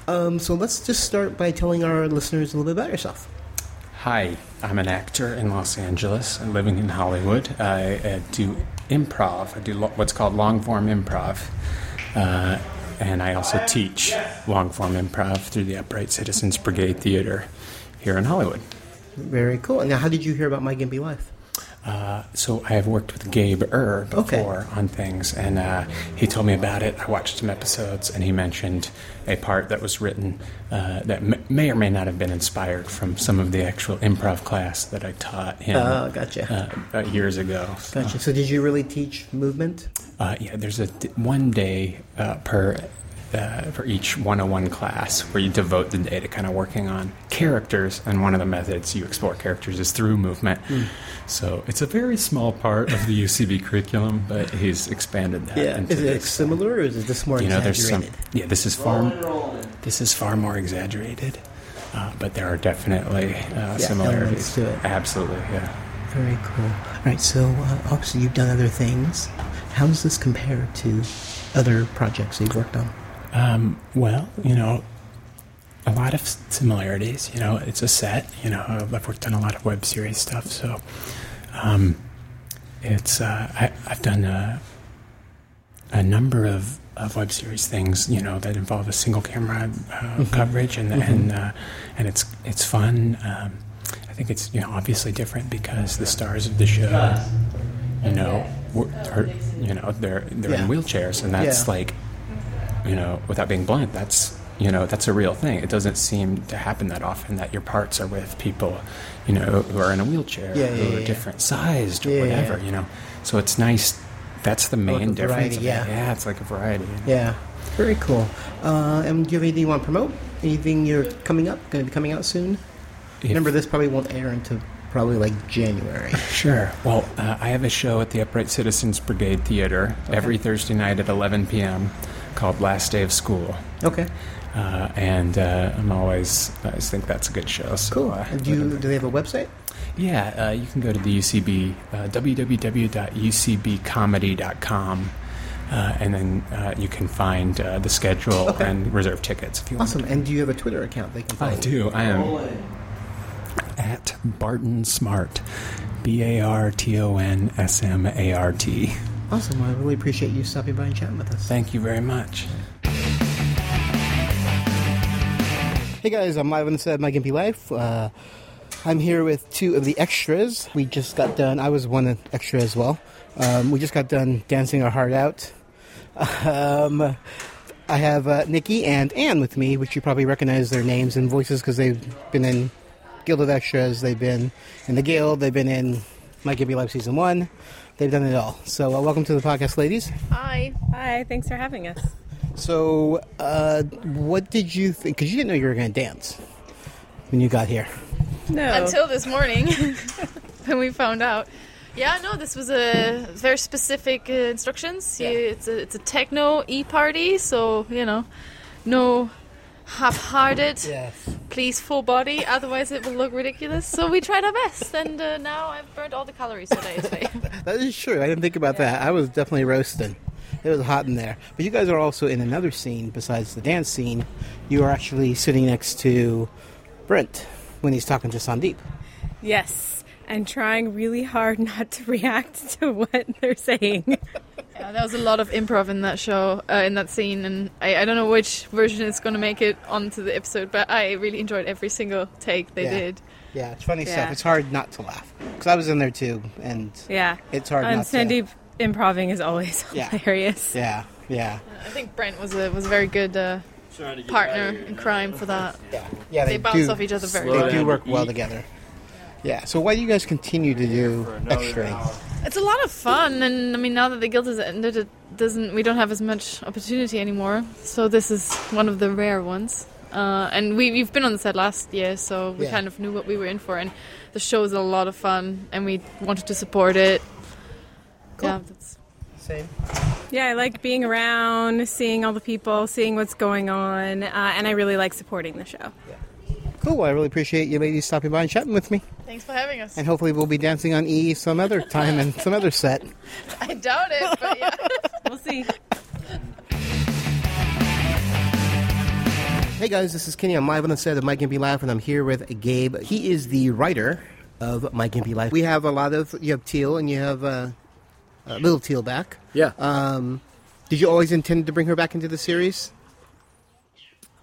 Speaker 2: Um, so let's just start by telling our listeners a little bit about yourself.
Speaker 7: Hi, I'm an actor in Los Angeles and living in Hollywood. I uh, do improv. I do lo- what's called long form improv. Uh, and I also teach long form improv through the Upright Citizens Brigade Theater here in Hollywood.
Speaker 2: Very cool. Now, how did you hear about My Gimpy Life?
Speaker 7: Uh, so I have worked with Gabe Err
Speaker 2: Okay.
Speaker 7: before on things, and uh, he told me about it. I watched some episodes, and he mentioned a part that was written uh, that m- may or may not have been inspired from some of the actual improv class that I taught him
Speaker 2: Oh, gotcha.
Speaker 7: uh, about years ago. So,
Speaker 2: Gotcha. So, did you really teach movement?
Speaker 7: uh, yeah, there's a d- one day uh, per. Uh, for each 101 class, where you devote the day to kind of working on characters, and one of the methods you explore characters is through movement.
Speaker 2: Hmm.
Speaker 7: So it's a very small part of the UCB curriculum, but he's expanded that. into
Speaker 2: Is it
Speaker 7: this.
Speaker 2: similar, or is this more
Speaker 7: You know, there's some.
Speaker 2: exaggerated?
Speaker 7: Yeah, this is far. This is far more exaggerated, uh, but there are definitely uh,
Speaker 2: elements
Speaker 7: similarities.
Speaker 2: to it.
Speaker 7: Absolutely, yeah.
Speaker 2: Very cool. All right, so uh, obviously you've done other things. How does this compare to other projects that you've worked on?
Speaker 7: Um, well, you know, a lot of s- similarities. You know, it's a set. You know, I've worked on a lot of web series stuff, so um, it's uh, I, I've done a, a number of, of web series things. You know, that involve a single camera uh,
Speaker 2: Mm-hmm.
Speaker 7: coverage, and and uh, and it's it's fun. Um, I think it's you know obviously different because the stars of the show, you know, were- are, you know they're they're
Speaker 2: Yeah.
Speaker 7: in wheelchairs, and that's
Speaker 2: Yeah.
Speaker 7: like you know, without being blunt, that's you know that's a real thing it doesn't seem to happen that often that your parts are with people you know who are in a wheelchair
Speaker 2: Yeah, yeah,
Speaker 7: who are
Speaker 2: yeah.
Speaker 7: different sized or
Speaker 2: Yeah, yeah,
Speaker 7: whatever
Speaker 2: yeah.
Speaker 7: you know so it's nice that's the main
Speaker 2: a
Speaker 7: difference
Speaker 2: variety,
Speaker 7: of it.
Speaker 2: yeah.
Speaker 7: yeah it's like a variety you know?
Speaker 2: Yeah, very cool. Uh, and do you have anything you want to promote? Anything you're coming up, going to be coming out soon?
Speaker 7: If-
Speaker 2: Remember, this probably won't air until probably like January.
Speaker 7: Sure. Well, uh, I have a show at the Upright Citizens Brigade Theater every Thursday night at 11 p.m. called Last Day of School.
Speaker 2: okay,
Speaker 7: Uh, and uh, I'm always, I always think that's a good show. So,
Speaker 2: cool.
Speaker 7: uh,
Speaker 2: And do you do they have a website?
Speaker 7: yeah, uh, you can go to the UCB, uh, www.ucbcomedy.com, uh, and then uh, you can find uh, the schedule
Speaker 2: Okay.
Speaker 7: and reserve tickets if you want.
Speaker 2: Awesome. And do you have a Twitter account they can follow?
Speaker 7: I do. I am at Barton Smart, B A R T O N S M A R T.
Speaker 2: Awesome. Well, I really appreciate you stopping by and chatting with us.
Speaker 7: Thank you very much.
Speaker 2: Hey guys, I'm live on the set of My Gimpy Life. Uh, I'm here with two of the extras. We just got done. I was one extra as well. Um, we just got done dancing our heart out. Um, I have uh, Nikki and Anne with me, which you probably recognize their names and voices because they've been in Guild of Extras. They've been in the Guild. They've been in My Gimpy Life season one. They've done it all. So uh, welcome to the podcast, ladies.
Speaker 8: Hi. Hi. Thanks for having us.
Speaker 2: So, uh, what did you think? Because you didn't know you were going to dance when you got here.
Speaker 8: No.
Speaker 5: until this morning when we found out. Yeah, no, this was a very specific uh, instructions. You- it's a it's a techno e party, so you know, no half-hearted.
Speaker 2: Yes.
Speaker 5: Please full body, otherwise it will look ridiculous. So we tried our best, and uh, now I've burned all the calories that I ate today.
Speaker 2: That is true. I didn't think about that. I was definitely roasting. It was hot in there. But you guys are also in another scene besides the dance scene. You are actually sitting next to Brent when he's talking to Sandeep.
Speaker 8: Yes. And trying really hard not to react to what they're saying.
Speaker 5: yeah, there was a lot of improv in that show, uh, in that scene, and I, I don't know which version is going to make it onto the episode, but I really enjoyed every single take they
Speaker 2: Yeah.
Speaker 5: did.
Speaker 2: Yeah, it's funny stuff.
Speaker 8: Yeah.
Speaker 2: It's hard not to laugh. Because I was in there too. And
Speaker 8: Yeah.
Speaker 2: It's hard
Speaker 8: And
Speaker 2: not to-
Speaker 8: Sandeep Um, improving is always
Speaker 2: Yeah.
Speaker 8: hilarious.
Speaker 2: yeah, yeah.
Speaker 5: I think Brent was a was a very good uh, partner in crime for that.
Speaker 2: Yeah, yeah
Speaker 5: They bounce off each other very
Speaker 2: They
Speaker 5: well.
Speaker 2: do
Speaker 3: down
Speaker 2: work
Speaker 3: to
Speaker 2: well
Speaker 3: eat.
Speaker 2: together. Yeah, so why do you guys continue to do extra?
Speaker 5: It's a lot of fun, and I mean now that the guild has ended, it doesn't we don't have as much opportunity anymore. So this is one of the rare ones. Uh, and we we've been on the set last year, so we
Speaker 2: Yeah.
Speaker 5: kind of knew what we were in for. And the show is a lot of fun, and we wanted to support it. Yeah, that's,
Speaker 2: Same.
Speaker 8: Yeah, I like being around, seeing all the people, seeing what's going on, uh, and I really like supporting the show.
Speaker 2: Cool. Well, I really appreciate you ladies stopping by and chatting with me.
Speaker 5: thanks for having us.
Speaker 2: And hopefully we'll be dancing on E some other time and some other set.
Speaker 5: I doubt it, but yeah.
Speaker 8: We'll see.
Speaker 2: Hey guys, this is Kenny. I'm live on the set of Mike and Be Live, and I'm here with Gabe. He is the writer of Mike and Be Live. We have a lot of you have Teal and you have uh, uh, Little Teal back.
Speaker 3: Yeah.
Speaker 2: Um, did you always intend to bring her back into the series?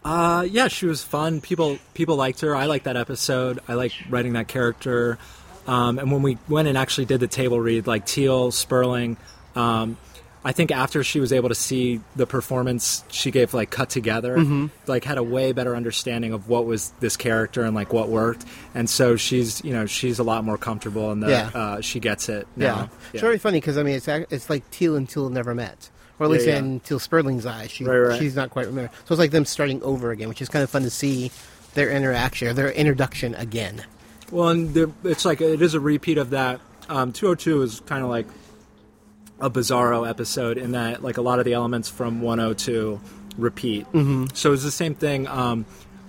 Speaker 9: Uh, yeah, she was fun. People people liked her. I liked that episode. I liked writing that character. Um, and when we went and actually did the table read, like Teal Sperling, um, I think after she was able to see the performance she gave, like cut together, like had a way better understanding of what was this character and like what worked. And so she's you know she's a lot more comfortable and
Speaker 2: Yeah.
Speaker 9: uh, she gets it. Now.
Speaker 2: It's very funny because I mean it's ac- it's like Teal and Teal never met, or at least
Speaker 9: yeah.
Speaker 2: in Teal Sperling's eyes, she
Speaker 9: Right, right.
Speaker 2: she's not quite remember. So it's like them starting over again, which is kind of fun to see their interaction, or their introduction again.
Speaker 9: Well, and there, it's like it is a repeat of that. Um, 202 is kind of like a bizarro episode in that like a lot of the elements from 102 repeat. Mm-hmm. So it's the same thing um,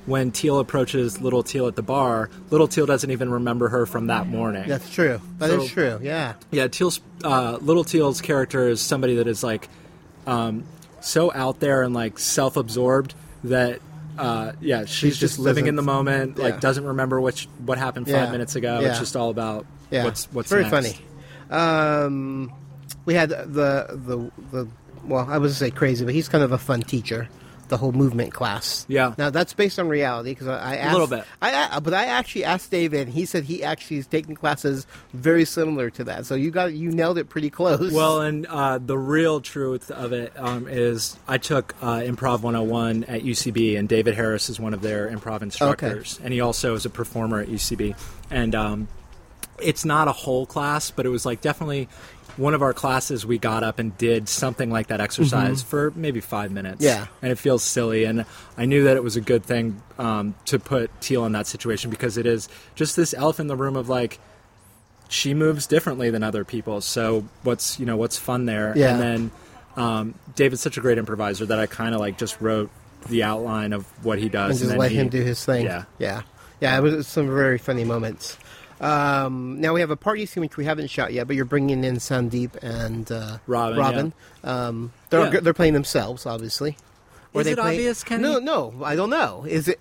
Speaker 9: when Teal approaches Little Teal at the bar. Little Teal doesn't even remember her from that morning.
Speaker 2: That's true. That is
Speaker 9: So-
Speaker 2: true. Yeah.
Speaker 9: Yeah, Teal's uh, little Teal's character is somebody that is like um, so out there and like self-absorbed that uh, yeah, she's,
Speaker 2: just
Speaker 9: just, living in
Speaker 2: doesn't-
Speaker 9: the moment,
Speaker 2: yeah.
Speaker 9: like doesn't remember what sh- what happened
Speaker 2: Yeah.
Speaker 9: five minutes ago.
Speaker 2: Yeah.
Speaker 9: It's just all about
Speaker 2: Yeah,
Speaker 9: what's what's
Speaker 2: very
Speaker 9: next.
Speaker 2: funny. Um, we had the the the well, I was gonna say crazy, but he's kind of a fun teacher. the whole movement class.
Speaker 9: Yeah.
Speaker 2: Now that's based on reality because I, I asked
Speaker 9: little bit.
Speaker 2: I a- but I actually asked David, and he said he actually is taking classes very similar to that. So you got you nailed it pretty close.
Speaker 9: Well, and uh, the real truth of it um, is I took uh, Improv 101 at UCB, and David Harris is one of their improv instructors, and he also is a performer at UCB. And um, it's not a whole class, but it was like definitely one of our classes we got up and did something like that
Speaker 10: Mm-hmm.
Speaker 9: exercise for maybe five minutes
Speaker 2: Yeah.
Speaker 9: and it feels silly. And I knew that it was a good thing um, to put Teal in that situation because it is just this elf in the room of like she moves differently than other people. So what's you know what's fun there?
Speaker 2: Yeah.
Speaker 9: And then um, David's such a great improviser that I kind of like just wrote the outline of what he does
Speaker 2: and just
Speaker 9: then
Speaker 2: let
Speaker 9: he-
Speaker 2: him do his thing.
Speaker 9: Yeah.
Speaker 2: yeah, yeah. It was some very funny moments. Um, now we have a party scene which we haven't shot yet, but you're bringing in Sandeep and uh,
Speaker 9: Robin,
Speaker 2: Um, they're
Speaker 9: Yeah.
Speaker 2: they're playing themselves, obviously. Or
Speaker 9: Is
Speaker 2: they
Speaker 9: it
Speaker 2: play-
Speaker 9: obvious, Kenny?
Speaker 2: No, no, I don't know. Is it?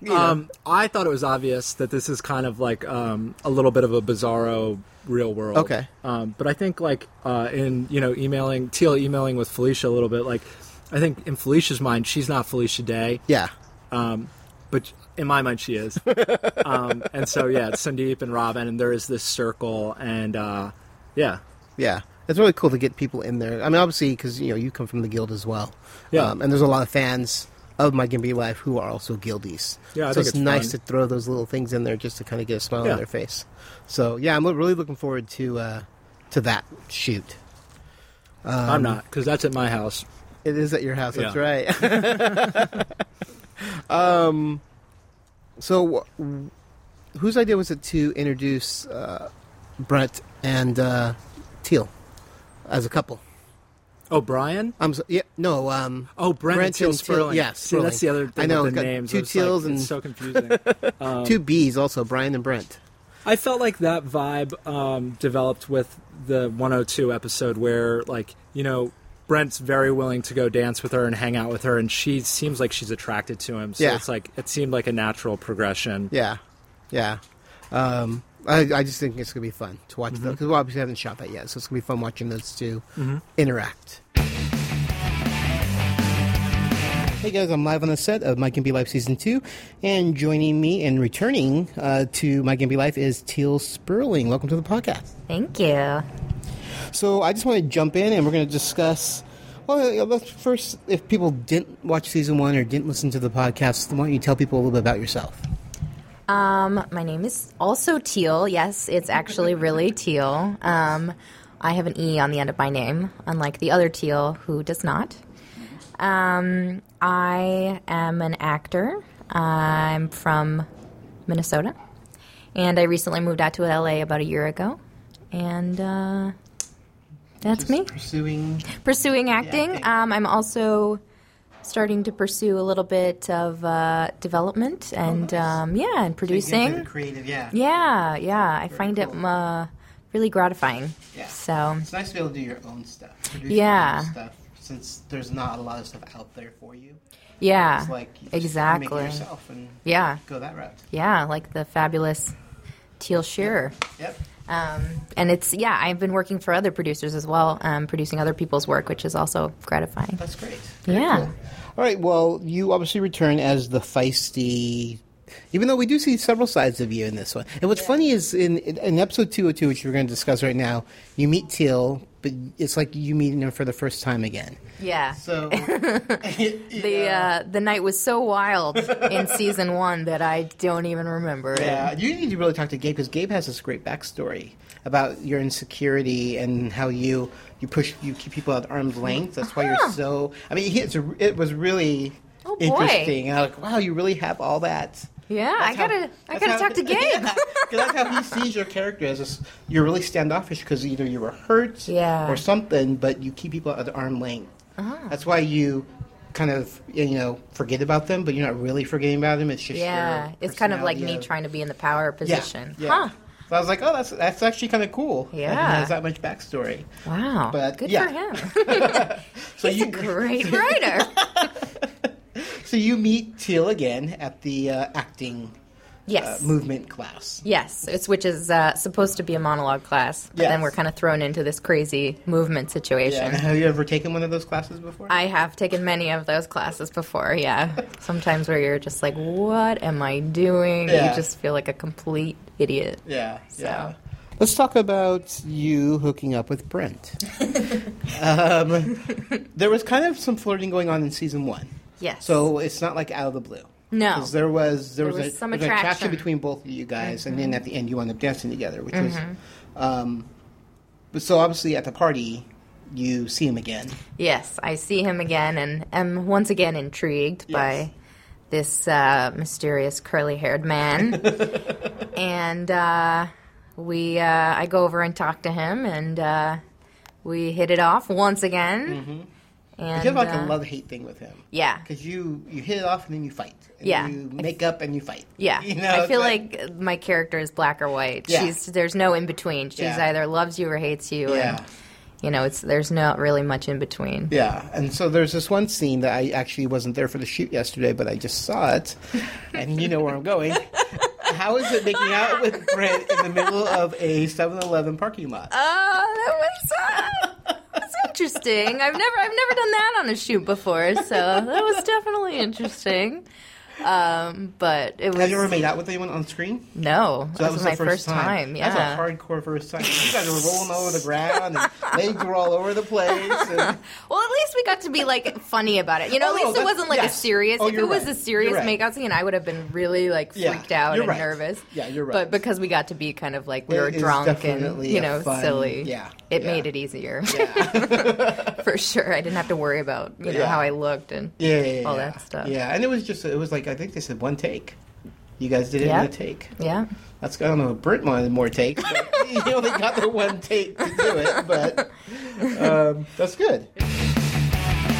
Speaker 2: you know.
Speaker 9: Um, I thought it was obvious that this is kind of like um, a little bit of a bizarro real world.
Speaker 2: Okay.
Speaker 9: Um, but I think like uh, in you know emailing Teal emailing with Felicia a little bit like I think in Felicia's mind she's not Felicia Day.
Speaker 2: yeah.
Speaker 9: Um, but in my mind she is. um, and so yeah, it's Sandeep and Robin and there is this circle and uh, yeah.
Speaker 2: Yeah, it's really cool to get people in there. I mean, obviously, because you know you come from the guild as well.
Speaker 9: Yeah.
Speaker 2: um, and there's a lot of fans of My Gimpy Life who are also guildies.
Speaker 9: Yeah, I
Speaker 2: so
Speaker 9: think
Speaker 2: it's,
Speaker 9: it's
Speaker 2: nice
Speaker 9: fun.
Speaker 2: to throw those little things in there just to kind of get a smile
Speaker 9: Yeah.
Speaker 2: on their face. So yeah, I'm lo- really looking forward to uh, to that shoot. Um,
Speaker 9: I'm not because that's at my house.
Speaker 2: It is at your house. That's
Speaker 9: Yeah.
Speaker 2: right. um, so wh- whose idea was it to introduce uh, Brent and uh, Teal as a couple?
Speaker 9: Oh, Brian.
Speaker 2: I'm so, yeah, no. Um,
Speaker 9: Oh, Brent, and Teal
Speaker 2: and Teal-
Speaker 9: Sperling.
Speaker 2: yeah,
Speaker 9: See, that's
Speaker 2: Sperling.
Speaker 9: the other thing
Speaker 2: I know,
Speaker 9: with
Speaker 2: it's
Speaker 9: the
Speaker 2: got
Speaker 9: names.
Speaker 2: two
Speaker 9: it's like-
Speaker 2: Teals and-
Speaker 9: it's so confusing. Um,
Speaker 2: two B's also, Brian and Brent.
Speaker 9: I felt like that vibe um, developed with the 102 episode where, like, you know, Brent's very willing to go dance with her and hang out with her, and she seems like she's attracted to him. So
Speaker 2: Yeah.
Speaker 9: it's like, it seemed like a natural progression.
Speaker 2: Yeah, yeah. Um, I, I just think it's gonna be fun to watch them because we obviously haven't shot that yet, so it's gonna be fun watching those 2 interact. Hey guys, I'm live on the set of My Gimpy Life Season 2, and joining me and returning uh, to My Gimpy Life is Teal Sperling. Welcome to the podcast.
Speaker 11: Thank you.
Speaker 2: So I just want to jump in, and we're going to discuss. Well, yeah, let's first, if people didn't watch season one or didn't listen to the podcast, why don't you tell people a little bit about yourself?
Speaker 11: Um, my name is also Teal. Yes, it's actually really Teal. Um, I have an E on the end of my name, unlike the other Teal who does not. Um, I am an actor. I'm from Minnesota, and I recently moved out to LA about a year ago. And uh, that's me
Speaker 2: Pursuing.
Speaker 11: pursuing acting. um, I'm also starting to pursue a little bit of uh, development
Speaker 2: Oh,
Speaker 11: and um, yeah, and producing.
Speaker 2: creative, yeah.
Speaker 11: yeah, yeah, I find it
Speaker 2: cool.
Speaker 11: uh, really gratifying.
Speaker 2: Yeah.
Speaker 11: So
Speaker 2: It's nice to be able to do your own stuff. Produce
Speaker 11: Yeah.
Speaker 2: Your own stuff, since there's not a lot of stuff out there for you.
Speaker 11: yeah,
Speaker 2: It's like you just
Speaker 11: exactly.
Speaker 2: Make it yourself and
Speaker 11: Yeah,
Speaker 2: go that route.
Speaker 11: yeah, like the fabulous Teal Shearer.
Speaker 2: Yep.
Speaker 11: Um, and it's yeah, I've been working for other producers as well, um, producing other people's work, which is also gratifying.
Speaker 2: That's great.
Speaker 11: Yeah.
Speaker 2: All right. Well, you obviously return as the feisty. Even though we do see several sides of you in this one, and what's funny is in in episode two hundred two, which we're going to discuss right now, you meet Teal, but it's like you meeting him for the first time again.
Speaker 11: Yeah.
Speaker 2: So
Speaker 11: The uh, the night was so wild in season one that I don't even remember it.
Speaker 2: Yeah, you need to really talk to Gabe because Gabe has this great backstory about your insecurity and how you you push you keep people at arm's length. That's why you're so. I mean, he, it's a, it was really
Speaker 11: Uh-huh. Oh, boy.
Speaker 2: interesting. And I was like, wow, you really have all that.
Speaker 11: Yeah, I gotta I gotta talk to Gabe.
Speaker 2: because that's how he sees your character as this, you're really standoffish because either you were hurt
Speaker 11: Yeah. Uh-huh.
Speaker 2: or something, but you keep people at arm length. That's why you kind of you know forget about them, but you're not really forgetting about them. It's just
Speaker 11: yeah,
Speaker 2: your
Speaker 11: it's kind of like me
Speaker 2: personality
Speaker 11: trying to be in the power
Speaker 2: yeah,
Speaker 11: position.
Speaker 2: Yeah.
Speaker 11: Huh.
Speaker 2: So I was like, oh, that's that's actually kind of cool. that he
Speaker 11: Yeah.
Speaker 2: has that much backstory.
Speaker 11: Wow.
Speaker 2: But,
Speaker 11: Good
Speaker 2: yeah.
Speaker 11: for him.
Speaker 2: So
Speaker 11: He's
Speaker 2: you
Speaker 11: a great writer.
Speaker 2: so you meet Teal again at the uh, acting
Speaker 11: Yes.
Speaker 2: uh, movement class.
Speaker 11: Yes, it's, which is uh, supposed to be a monologue class, but
Speaker 2: Yes.
Speaker 11: then we're kind of thrown into this crazy movement situation.
Speaker 2: Yeah. Have you ever taken one of those classes before?
Speaker 11: I have taken many of those classes before, yeah. Sometimes where you're just like, what am I doing?
Speaker 2: Yeah.
Speaker 11: You just feel like a complete idiot.
Speaker 2: yeah.
Speaker 11: So.
Speaker 2: Yeah. Let's talk about you hooking up with Brent. um, there was kind of some flirting going on in season one,
Speaker 11: Yes.
Speaker 2: so it's not like out of the blue.
Speaker 11: No.
Speaker 2: 'Cause there was there,
Speaker 11: There
Speaker 2: was,
Speaker 11: was
Speaker 2: a,
Speaker 11: some
Speaker 2: there was an attraction
Speaker 11: attraction. Mm-hmm.
Speaker 2: between both of you guys, and then at the end you wound up dancing together, which was. Um, but so obviously at the party, you see him again.
Speaker 11: Yes, I see him again and am once again intrigued
Speaker 2: Yes.
Speaker 11: by this uh, mysterious curly haired man. and uh, we, uh, I go over and talk to him, and uh, we hit it off once again. Mm-hmm. And,
Speaker 2: Mm-hmm. You have like a
Speaker 11: uh,
Speaker 2: love hate thing with him.
Speaker 11: Yeah.
Speaker 2: Because you you hit it off and then you fight. And
Speaker 11: Yeah.
Speaker 2: You make up and you fight.
Speaker 11: Yeah,
Speaker 2: You know,
Speaker 11: I feel
Speaker 2: it's
Speaker 11: like my character is black or white.
Speaker 2: Yeah.
Speaker 11: She's there's no in between. She's
Speaker 2: Yeah.
Speaker 11: either loves you or hates you.
Speaker 2: Yeah.
Speaker 11: And, you know, it's there's not really much in between.
Speaker 2: Yeah, and so there's this one scene that I actually wasn't there for the shoot yesterday, but I just saw it, and you know where I'm going. How is it making out with Brent in the middle of a 7-Eleven parking lot?
Speaker 11: Oh, that was uh, that's interesting. I've never I've never done that on a shoot before, so that was definitely interesting. Um, but it was
Speaker 2: Have you ever made out with anyone on screen?
Speaker 11: no.
Speaker 2: So
Speaker 11: that was, my first time. Yeah,
Speaker 2: That's a hardcore first time. You guys are rolling all over the ground, and legs were all over the place. And
Speaker 11: Well, at least we got to be like funny about it. You
Speaker 2: Oh,
Speaker 11: know, at least
Speaker 2: that-
Speaker 11: it wasn't like
Speaker 2: yes.
Speaker 11: a serious.
Speaker 2: Oh,
Speaker 11: if
Speaker 2: you're
Speaker 11: it was
Speaker 2: right.
Speaker 11: a serious
Speaker 2: You're right.
Speaker 11: makeout scene, I would have been really like
Speaker 2: Yeah,
Speaker 11: freaked out
Speaker 2: you're
Speaker 11: and
Speaker 2: right.
Speaker 11: nervous.
Speaker 2: Yeah, you're right.
Speaker 11: But because we got to be kind of like we
Speaker 2: It
Speaker 11: were
Speaker 2: is
Speaker 11: drunk and
Speaker 2: definitely
Speaker 11: you
Speaker 2: a
Speaker 11: know
Speaker 2: fun-
Speaker 11: silly.
Speaker 2: yeah,
Speaker 11: it
Speaker 2: yeah.
Speaker 11: made it easier for sure. I didn't have to worry about you know
Speaker 2: Yeah.
Speaker 11: how I looked and
Speaker 2: yeah, yeah, yeah,
Speaker 11: all
Speaker 2: yeah.
Speaker 11: that stuff.
Speaker 2: Yeah, and it was just it was like I think they said one take. You guys did it
Speaker 11: Yeah.
Speaker 2: in a take.
Speaker 11: yeah.
Speaker 2: That's I don't know. if Brent wanted more takes. But he only got the one take to do it, but um, that's good. Uh,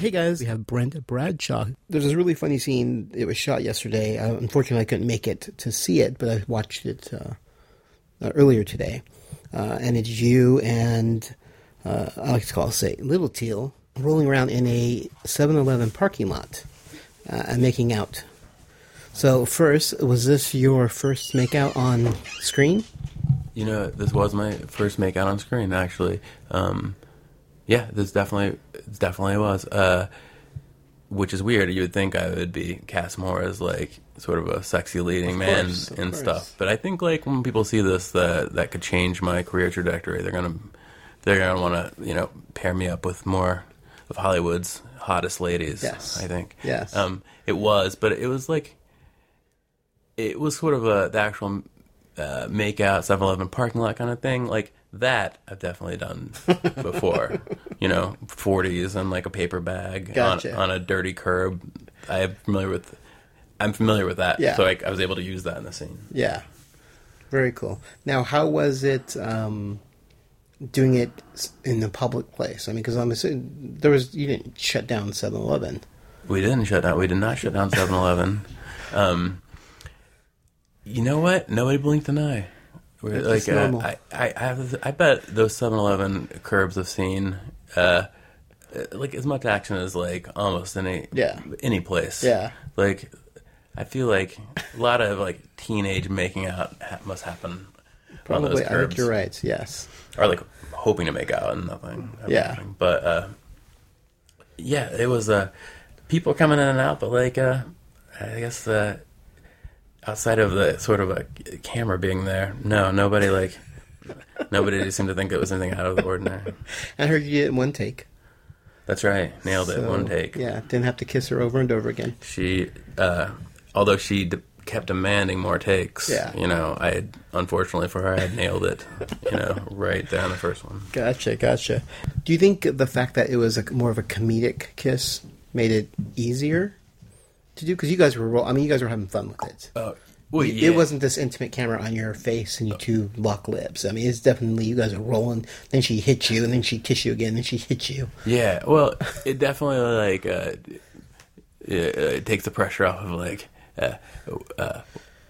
Speaker 2: Hey guys, we have Brent Bradshaw. There's this really funny scene. It was shot yesterday. Uh, unfortunately, I couldn't make it to see it, but I watched it uh, uh, earlier today. Uh, and it's you and uh, I like to call it say Little Teal rolling around in a 7-Eleven parking lot uh, and making out. So first, was this your first makeout on screen?
Speaker 12: You know, this was my first makeout on screen, actually. Um, yeah, this definitely, it definitely was. Uh, which is weird. You would think I would be cast more as like sort of a sexy leading man
Speaker 2: course, of
Speaker 12: and
Speaker 2: course.
Speaker 12: stuff. But I think like when people see this, that that could change my career trajectory. They're gonna, they're gonna want to you know pair me up with more of Hollywood's hottest ladies.
Speaker 2: Yes.
Speaker 12: I think.
Speaker 2: Yes.
Speaker 12: Um, it was, but it was like, it was sort of a the actual uh, make out 7-Eleven parking lot kind of thing. Like that, I've definitely done before. you know, 40s and like a paper bag on-
Speaker 2: Gotcha.
Speaker 12: on, a dirty curb. I'm familiar with. I'm familiar with that,
Speaker 2: Yeah.
Speaker 12: so I, I was able to use that in the scene.
Speaker 2: Yeah, very cool. Now, how was it um, doing it s- in a public place? I mean, because I'm assuming there was you didn't shut down 7-Eleven.
Speaker 12: We didn't shut down. We did not shut down 7-Eleven. Um, you know what? Nobody blinked an eye. We're,
Speaker 2: That's
Speaker 12: like uh,
Speaker 2: normal.
Speaker 12: I, I, I, have, I bet those 7-Eleven curbs have seen uh, uh, like as much action as like almost any
Speaker 2: Yeah.
Speaker 12: any place.
Speaker 2: Yeah.
Speaker 12: Like I feel like a lot of like teenage making out ha- must happen. on those
Speaker 2: Probably, I
Speaker 12: curbs
Speaker 2: think you're right. Yes.
Speaker 12: or like hoping to make out and nothing.
Speaker 2: Yeah.
Speaker 12: Nothing. But uh, yeah, it was uh, people coming in and out, but like uh, I guess uh, outside of the sort of a camera being there, no, nobody like nobody seemed to think it was anything out of the ordinary.
Speaker 2: I heard you did it in one take.
Speaker 12: That's right, nailed it,
Speaker 2: So,
Speaker 12: one take.
Speaker 2: Yeah, didn't have to kiss her over and over again.
Speaker 12: She, uh, although she d- kept demanding more takes,
Speaker 2: Yeah.
Speaker 12: you know, I had, unfortunately for her, I had nailed it, you know, right there on the first one.
Speaker 2: Gotcha, gotcha. Do you think the fact that it was a, more of a comedic kiss made it easier to do? Because you guys were, roll- I mean, you guys were having fun with it.
Speaker 12: Oh, well, Uh.
Speaker 2: It- It wasn't this intimate camera on your face and you two lock lips. I mean, it's definitely you guys are rolling. Then she hits you, and then she kiss you again, then she hits you.
Speaker 12: Yeah, well, it definitely like uh, it, uh, it takes the pressure off of like uh, uh,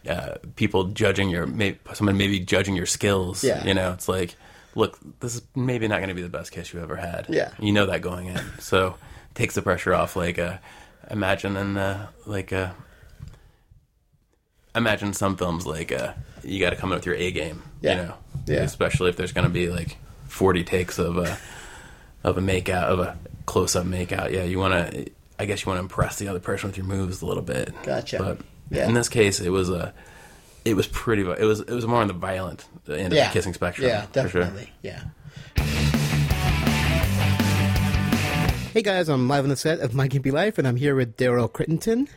Speaker 12: uh, people judging your may someone maybe judging your skills.
Speaker 2: Yeah.
Speaker 12: you know, it's like, look, this is maybe not going to be the best kiss you ever had.
Speaker 2: Yeah.
Speaker 12: you know that going in, so it takes the pressure off. Like, uh, imagine in uh, like uh, imagine some films like uh, you got to come up with your A game.
Speaker 13: Yeah.
Speaker 12: You know,
Speaker 13: Yeah.
Speaker 12: Especially if there's going to be like 40 takes of a of a makeout of a close up makeout. Yeah, you want to. I guess you want to impress the other person with your moves a little bit.
Speaker 13: Gotcha.
Speaker 12: But
Speaker 13: Yeah.
Speaker 12: in this case, it was a. It was pretty. vi- It was. It was more on the violent end of the kissing spectrum.
Speaker 13: Yeah,
Speaker 12: for sure.
Speaker 13: definitely. Yeah.
Speaker 2: Hey guys, I'm live on the set of My Gimpy Life, and I'm here with Daryl Crittenton.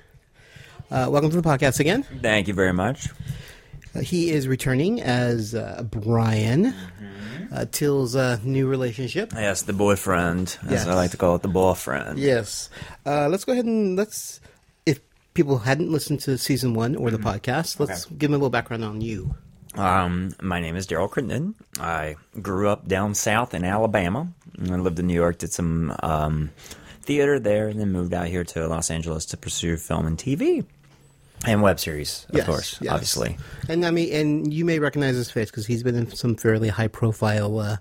Speaker 2: Uh, welcome to the podcast again.
Speaker 10: Thank you very much.
Speaker 2: Uh, he is returning as uh, Brian, uh, Till's uh, new relationship.
Speaker 10: Mm-hmm. Yes, the boyfriend, as
Speaker 2: Yes.
Speaker 10: I like to call it, the boyfriend.
Speaker 2: Yes. Uh, let's go ahead and let's, if people hadn't listened to season one or the podcast, let's
Speaker 10: Mm-hmm. Okay.
Speaker 2: give them a little background on you.
Speaker 10: Um, my name is Daryl Crittenden. I grew up down south in Alabama. And I lived in New York, did some um, theater there, and then moved out here to Los Angeles to pursue film and TV and web series, of
Speaker 2: Yes,
Speaker 10: course,
Speaker 2: yes.
Speaker 10: obviously.
Speaker 2: And I mean, and you may recognize his face because he's been in some fairly high profile uh,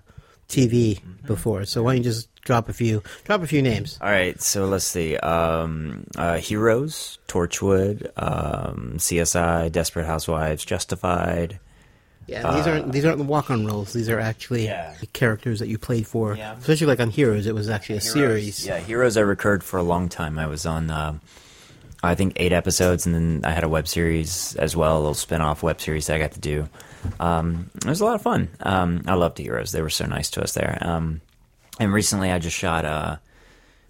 Speaker 2: TV
Speaker 10: Mm-hmm.
Speaker 2: before. So why don't you just drop a few, drop a few names?
Speaker 10: All right, so let's see. Um, uh, Heroes, Torchwood, um, CSI, Desperate Housewives, Justified.
Speaker 2: Yeah, these
Speaker 10: uh,
Speaker 2: aren't these aren't the walk on roles. These are actually characters that you played for,
Speaker 10: Yeah.
Speaker 2: especially like on Heroes. It was actually a series.
Speaker 10: Yeah, Heroes I recurred for a long time. I was on, um I think, eight episodes, and then I had a web series as well, a little spin off web series that I got to do. Um, it was a lot of fun. Um, I loved Heroes. They were so nice to us there. Um, and recently I just shot uh,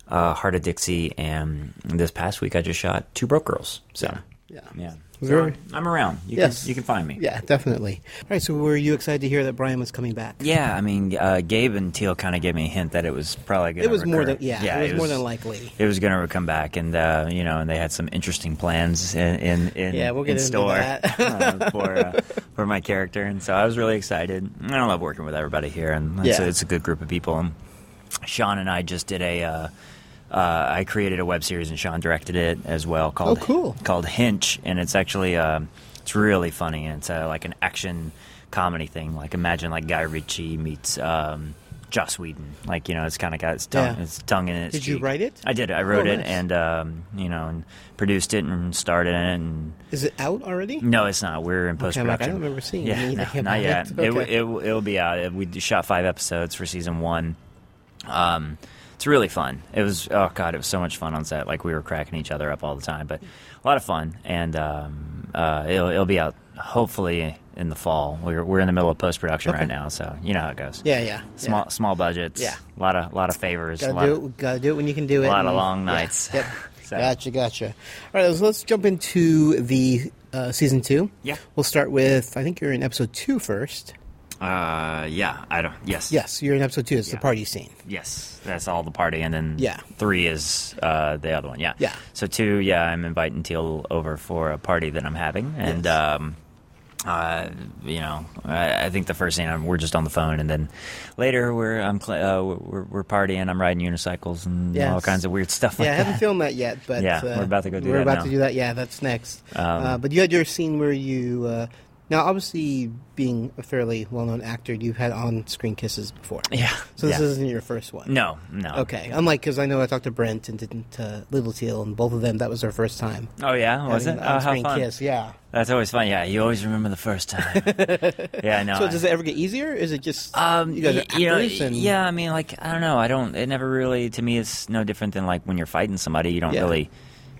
Speaker 10: uh, Heart of Dixie, and this past week I just shot Two Broke Girls. So, yeah. yeah. So
Speaker 2: Very-
Speaker 10: I'm around. You,
Speaker 2: Yes.
Speaker 10: can, you can find me.
Speaker 2: Yeah, definitely. All right, so were you excited to hear that Brian was coming back?
Speaker 10: Yeah, I mean, uh, Gabe and Teal kind of gave me a hint that it was probably going.
Speaker 2: It was more than- yeah, it was more than likely.
Speaker 10: It was going to come back, and uh, you know, and they had some interesting plans in in, in
Speaker 2: Yeah, we'll get
Speaker 10: in
Speaker 2: into
Speaker 10: store
Speaker 2: that.
Speaker 10: uh, for uh, for my character, and so I was really excited. And I love working with everybody here, and it's,
Speaker 2: Yeah.
Speaker 10: a, it's a good group of people. And Sean and I just did a. Uh, uh, I created a web series and Sean directed it as well called
Speaker 2: Oh, cool.
Speaker 10: called Hinch, and it's actually uh, it's really funny and it's uh, like an action comedy thing. Like imagine like Guy Ritchie meets um, Joss Whedon. Like you know, it's kind of got its tongue,
Speaker 2: Yeah.
Speaker 10: its tongue in its.
Speaker 2: Did you
Speaker 10: cheek.
Speaker 2: write it?
Speaker 10: I did. I wrote
Speaker 2: Oh,
Speaker 10: it
Speaker 2: nice.
Speaker 10: and um, you know and produced it and starred in it and.
Speaker 2: Is it out already?
Speaker 10: No, it's not. We're in
Speaker 2: Okay, I'm
Speaker 10: post
Speaker 2: like, I
Speaker 10: production.
Speaker 2: don't remember seeing
Speaker 10: yeah,
Speaker 2: anything
Speaker 10: no,
Speaker 2: about
Speaker 10: not yet.
Speaker 2: it.
Speaker 10: It, w
Speaker 2: Okay.
Speaker 10: it, w it'll be out. We d- shot five episodes for season one. Um, it's really fun. It was oh god, it was so much fun on set. Like we were cracking each other up all the time, but a lot of fun. And um, uh, it'll, it'll be out hopefully in the fall. We're we're in the middle of post production
Speaker 2: Okay.
Speaker 10: right now, so you know how it goes.
Speaker 2: Yeah, yeah,
Speaker 10: Small
Speaker 2: yeah.
Speaker 10: small budgets.
Speaker 2: Yeah.
Speaker 10: a lot of lot of favors. a lot
Speaker 2: Gotta
Speaker 10: of-
Speaker 2: do it. Gotta do it when you can do it.
Speaker 10: lot of
Speaker 2: and-
Speaker 10: long
Speaker 2: yeah,
Speaker 10: nights.
Speaker 2: Yep.
Speaker 10: So-
Speaker 2: Gotcha, gotcha. All right, so let's jump into the uh, season two.
Speaker 10: Yeah.
Speaker 2: We'll start with I think you're in episode two first.
Speaker 10: uh, yeah, I don't. Yes.
Speaker 2: Yes, you're in episode two. It's the
Speaker 10: Yeah.
Speaker 2: party scene.
Speaker 10: Yes, that's all the party, and then
Speaker 2: Yeah.
Speaker 10: three is uh, the other one. Yeah,
Speaker 2: Yeah.
Speaker 10: So two, yeah, I'm inviting Teal over for a party that I'm having, and
Speaker 2: Yes.
Speaker 10: um, uh, you know, I, I think the first thing I'm, we're just on the phone, and then later we're I'm cl- uh, we're, we're partying. I'm riding unicycles and
Speaker 2: Yes.
Speaker 10: all kinds of weird stuff.
Speaker 2: yeah, I
Speaker 10: like
Speaker 2: haven't
Speaker 10: that.
Speaker 2: filmed that yet, but
Speaker 10: Yeah,
Speaker 2: uh,
Speaker 10: we're about to go do
Speaker 2: we're
Speaker 10: that
Speaker 2: about
Speaker 10: now.
Speaker 2: to do that. Yeah, that's next.
Speaker 10: Um,
Speaker 2: uh, but you had your scene where you, uh, now obviously being a fairly well-known actor, you've had on-screen kisses before.
Speaker 10: Yeah,
Speaker 2: So this
Speaker 10: yeah.
Speaker 2: isn't your first one.
Speaker 10: No, no.
Speaker 2: Okay, unlike because I know I talked to Brent and didn't uh, Little Teal, and both of them that was their first time.
Speaker 10: Oh yeah, was
Speaker 2: Having
Speaker 10: it?
Speaker 2: an
Speaker 10: Oh, how
Speaker 2: on-screen
Speaker 10: fun!
Speaker 2: kiss, yeah.
Speaker 10: that's always fun. Yeah, you always remember the first time. yeah, I know.
Speaker 2: so
Speaker 10: I-
Speaker 2: does it ever get easier? Is it just
Speaker 10: Um,
Speaker 2: you guys are
Speaker 10: y- you know,
Speaker 2: actors and
Speaker 10: yeah, I mean, like I don't know, I don't. It never really, to me, it's no different than like when you're fighting somebody, you don't
Speaker 2: Yeah.
Speaker 10: really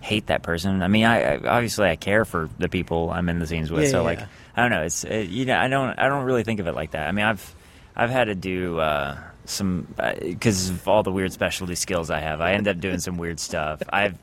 Speaker 10: hate that person. I mean, I, I obviously I care for the people I'm in the scenes with,
Speaker 2: Yeah,
Speaker 10: so
Speaker 2: yeah,
Speaker 10: like
Speaker 2: yeah.
Speaker 10: I don't know, it's uh you know, I don't, I don't really think of it like that. I mean, I've, I've had to do uh, some because of all the weird specialty skills I have, I end up doing some weird stuff. I've,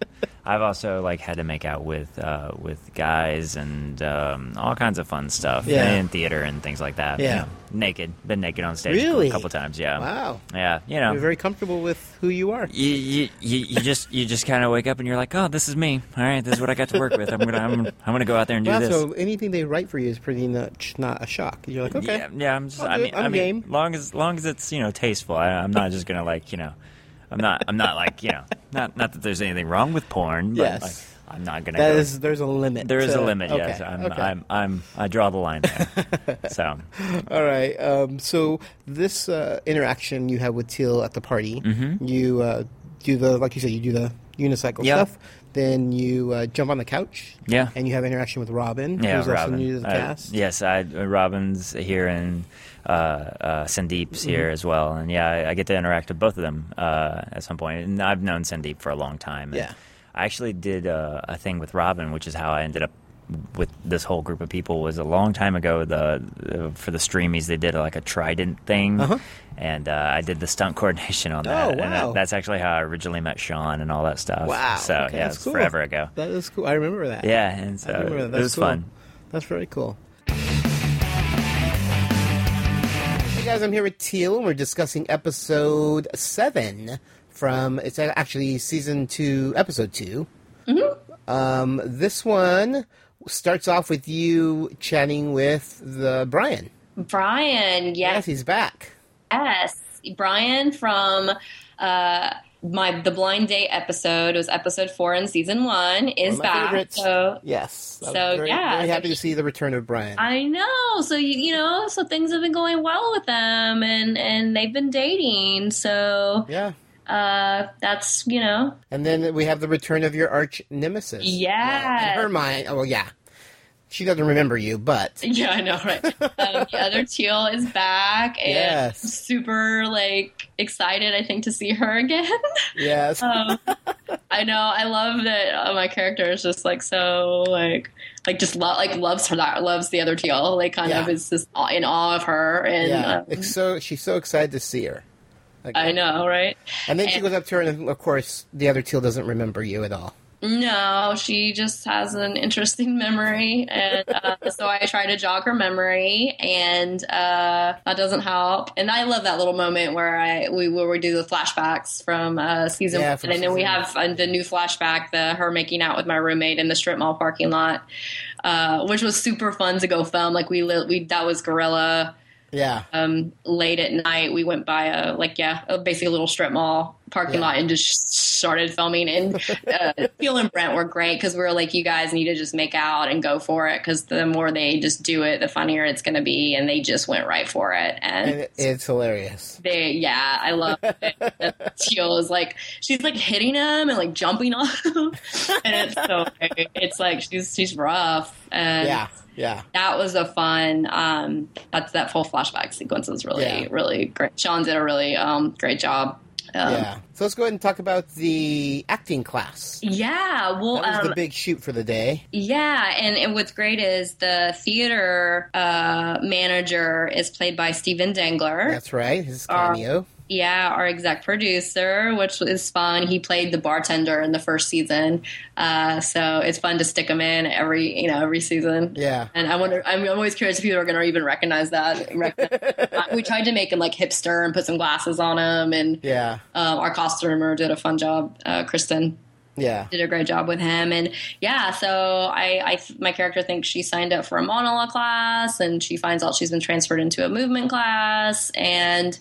Speaker 10: I've also like had to make out with, uh, with guys and um, all kinds of fun stuff
Speaker 2: Yeah.
Speaker 10: in theater and things like that.
Speaker 2: Yeah.
Speaker 10: you know, naked, been naked on stage stage
Speaker 2: Really?
Speaker 10: a couple times. Yeah.
Speaker 2: Wow.
Speaker 10: Yeah. You know.
Speaker 2: You're very comfortable with who you are.
Speaker 10: you, you, you, you just you just kind of wake up and you're like, oh, this is me. All right, this is what I got to work with. I'm gonna I'm, I'm gonna go out there and do
Speaker 2: Wow,
Speaker 10: this.
Speaker 2: so anything they write for you is pretty much not a shock. You're like, okay,
Speaker 10: Yeah, yeah. I'm just,
Speaker 2: I'll
Speaker 10: I
Speaker 2: do
Speaker 10: mean,
Speaker 2: it. I'm
Speaker 10: I mean,
Speaker 2: game.
Speaker 10: long as long as it's you know tasteful. I, I'm not just gonna like you know, I'm not I'm not like you know, not not that there's anything wrong with porn. But,
Speaker 2: Yes.
Speaker 10: like, I'm not gonna.
Speaker 2: That
Speaker 10: go,
Speaker 2: is, there's a limit.
Speaker 10: there is
Speaker 2: to-
Speaker 10: a limit.
Speaker 2: okay,
Speaker 10: Yes. I'm,
Speaker 2: okay.
Speaker 10: I'm I'm I draw the line there. so.
Speaker 2: All right. Um, so this uh, interaction you have with Teal at the party, you uh, do the like you said, you do the unicycle
Speaker 10: Mm-hmm. Yeah.
Speaker 2: stuff. Then you uh, jump on the couch.
Speaker 10: Yeah.
Speaker 2: And you have interaction with Robin,
Speaker 10: Yeah,
Speaker 2: who's
Speaker 10: Robin.
Speaker 2: also new to the
Speaker 10: Uh,
Speaker 2: cast.
Speaker 10: yes, I, uh, Robin's here and uh, uh, Sandeep's here
Speaker 2: Mhm.
Speaker 10: as well, and yeah, I, I get to interact with both of them uh, at some point. And I've known Sandeep for a long time. and
Speaker 2: Yeah.
Speaker 10: I actually did uh, a thing with Robin, which is how I ended up with this whole group of people. Was a long time ago. The uh, for the streamies they did like a trident thing. And uh, I did the stunt coordination on that.
Speaker 2: Uh-huh.
Speaker 10: And
Speaker 2: Oh, wow.
Speaker 10: that, that's actually how I originally met Sean and all that stuff.
Speaker 2: Wow.
Speaker 10: So,
Speaker 2: Okay,
Speaker 10: yeah,
Speaker 2: that's
Speaker 10: it's
Speaker 2: cool.
Speaker 10: forever ago.
Speaker 2: That is cool. I remember that.
Speaker 10: Yeah, and so
Speaker 2: I remember that.
Speaker 10: it
Speaker 2: That's
Speaker 10: was
Speaker 2: cool.
Speaker 10: fun.
Speaker 2: That's very cool. Hey guys, I'm here with Teal, and we're discussing episode seven from it's actually season two, episode 2
Speaker 1: Mm-hmm.
Speaker 2: Um, this one starts off with you chatting with the Brian.
Speaker 1: Brian, yes.
Speaker 2: he's back.
Speaker 1: Yes. Brian from uh, my the blind date episode it was episode four in season one is
Speaker 2: One of my
Speaker 1: back.
Speaker 2: favorites.
Speaker 1: So
Speaker 2: yes, I was
Speaker 1: So,
Speaker 2: very,
Speaker 1: yeah,
Speaker 2: very
Speaker 1: so
Speaker 2: happy to see the return of Brian.
Speaker 1: I know. So you, you know, so things have been going well with them, and and they've been dating. So
Speaker 2: yeah,
Speaker 1: uh, that's you know,
Speaker 2: And then we have the return of your arch nemesis.
Speaker 1: yeah.
Speaker 2: In her mind, oh well, yeah, she doesn't remember you, but
Speaker 1: Yeah, I know, right? um, the other teal is back, and
Speaker 2: Yes.
Speaker 1: I'm super like excited. I think to see her again.
Speaker 2: yes,
Speaker 1: um, I know. I love that uh, my character is just like so like like just lo- like loves her that loves the other teal. Like kind of
Speaker 2: Yeah.
Speaker 1: is just aw- in awe of her, and
Speaker 2: yeah,
Speaker 1: um,
Speaker 2: it's so she's so excited to see her. Like,
Speaker 1: I know, right?
Speaker 2: And then she goes up to her, and of course, the other teal doesn't remember you at all.
Speaker 1: No, she just has an interesting memory, and uh, so I try to jog her memory, and uh, that doesn't help. And I love that little moment where I we where we do the flashbacks from uh, season
Speaker 13: Yeah,
Speaker 1: one,
Speaker 13: from
Speaker 1: and then we
Speaker 13: season
Speaker 1: have uh, the new flashback, the her making out with my roommate in the strip mall parking lot, uh, which was super fun to go film. Like we li- we that was gorilla
Speaker 2: Yeah.
Speaker 1: um, late at night. We went by a like yeah, a, basically a little strip mall parking
Speaker 13: Yeah.
Speaker 1: lot and just started filming. And uh, Phil and Brent were great because we were like, you guys need to just make out and go for it because the more they just do it, the funnier it's going to be. And they just went right for it. And,
Speaker 2: And it's hilarious.
Speaker 1: they, yeah, I love it. Teal is like, she's like hitting him and like jumping on him, and it's so great. it's like she's she's rough. And
Speaker 2: yeah, yeah.
Speaker 1: that was a fun um that's that full flashback sequence was really
Speaker 2: Yeah.
Speaker 1: really great sean did a really um great job um,
Speaker 2: yeah. So let's go ahead and talk about the acting class.
Speaker 1: yeah well
Speaker 2: that was
Speaker 1: um,
Speaker 2: the big shoot for the day.
Speaker 1: yeah, and, and what's great is the theater uh, manager is played by Steven Dangler.
Speaker 2: That's right. His
Speaker 1: Our-
Speaker 2: cameo.
Speaker 1: yeah, our exec producer, which is fun. He played the bartender in the first season, uh, so it's fun to stick him in every you know every season.
Speaker 2: Yeah.
Speaker 1: And I wonder, I'm always curious if people are going to even recognize that. Recognize- Uh, we tried to make him like hipster and put some glasses on him, and
Speaker 2: Yeah.
Speaker 1: um, our costumer did a fun job. Uh, Kristen
Speaker 2: Yeah.
Speaker 1: did a great job with him, and yeah, so I, I, my character thinks she signed up for a monologue class, and she finds out she's been transferred into a movement class, and